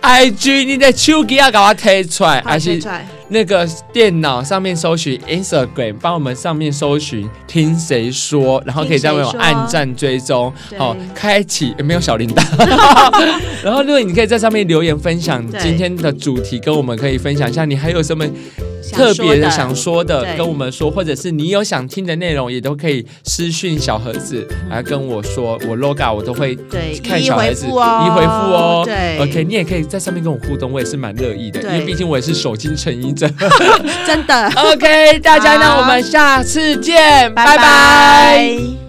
[SPEAKER 2] IG，你的手机啊要给我推出来，
[SPEAKER 1] 好
[SPEAKER 2] 还是
[SPEAKER 1] 现在
[SPEAKER 2] 那个电脑上面搜寻 Instagram，帮我们上面搜寻听谁说，然后可以在我们
[SPEAKER 1] 听谁说
[SPEAKER 2] 按赞追踪，
[SPEAKER 1] 对
[SPEAKER 2] 好、开启、呃没有小铃铛， 然后如果你可以在上面留言分享
[SPEAKER 1] 对
[SPEAKER 2] 今天的主题，跟我们可以分享一下你还有什么
[SPEAKER 1] 想
[SPEAKER 2] 特别的
[SPEAKER 1] 说
[SPEAKER 2] 想说的
[SPEAKER 1] 对
[SPEAKER 2] 跟我们说，或者是你有想听的内容，也都可以私讯小盒子来跟我说，我 loga 我都会。
[SPEAKER 1] 对
[SPEAKER 2] 看
[SPEAKER 1] 一一
[SPEAKER 2] 小盒
[SPEAKER 1] 回
[SPEAKER 2] 子，
[SPEAKER 1] 复哦，
[SPEAKER 2] 一回复哦。
[SPEAKER 1] 对
[SPEAKER 2] ，OK，你也可以在上面跟我互动，我也是蛮乐意的，因
[SPEAKER 1] 对
[SPEAKER 2] 为毕竟我也是手机成瘾者。
[SPEAKER 1] 真的，
[SPEAKER 2] OK，大家，那
[SPEAKER 1] 好
[SPEAKER 2] 我们下次见，
[SPEAKER 1] 拜
[SPEAKER 2] 拜拜
[SPEAKER 1] 拜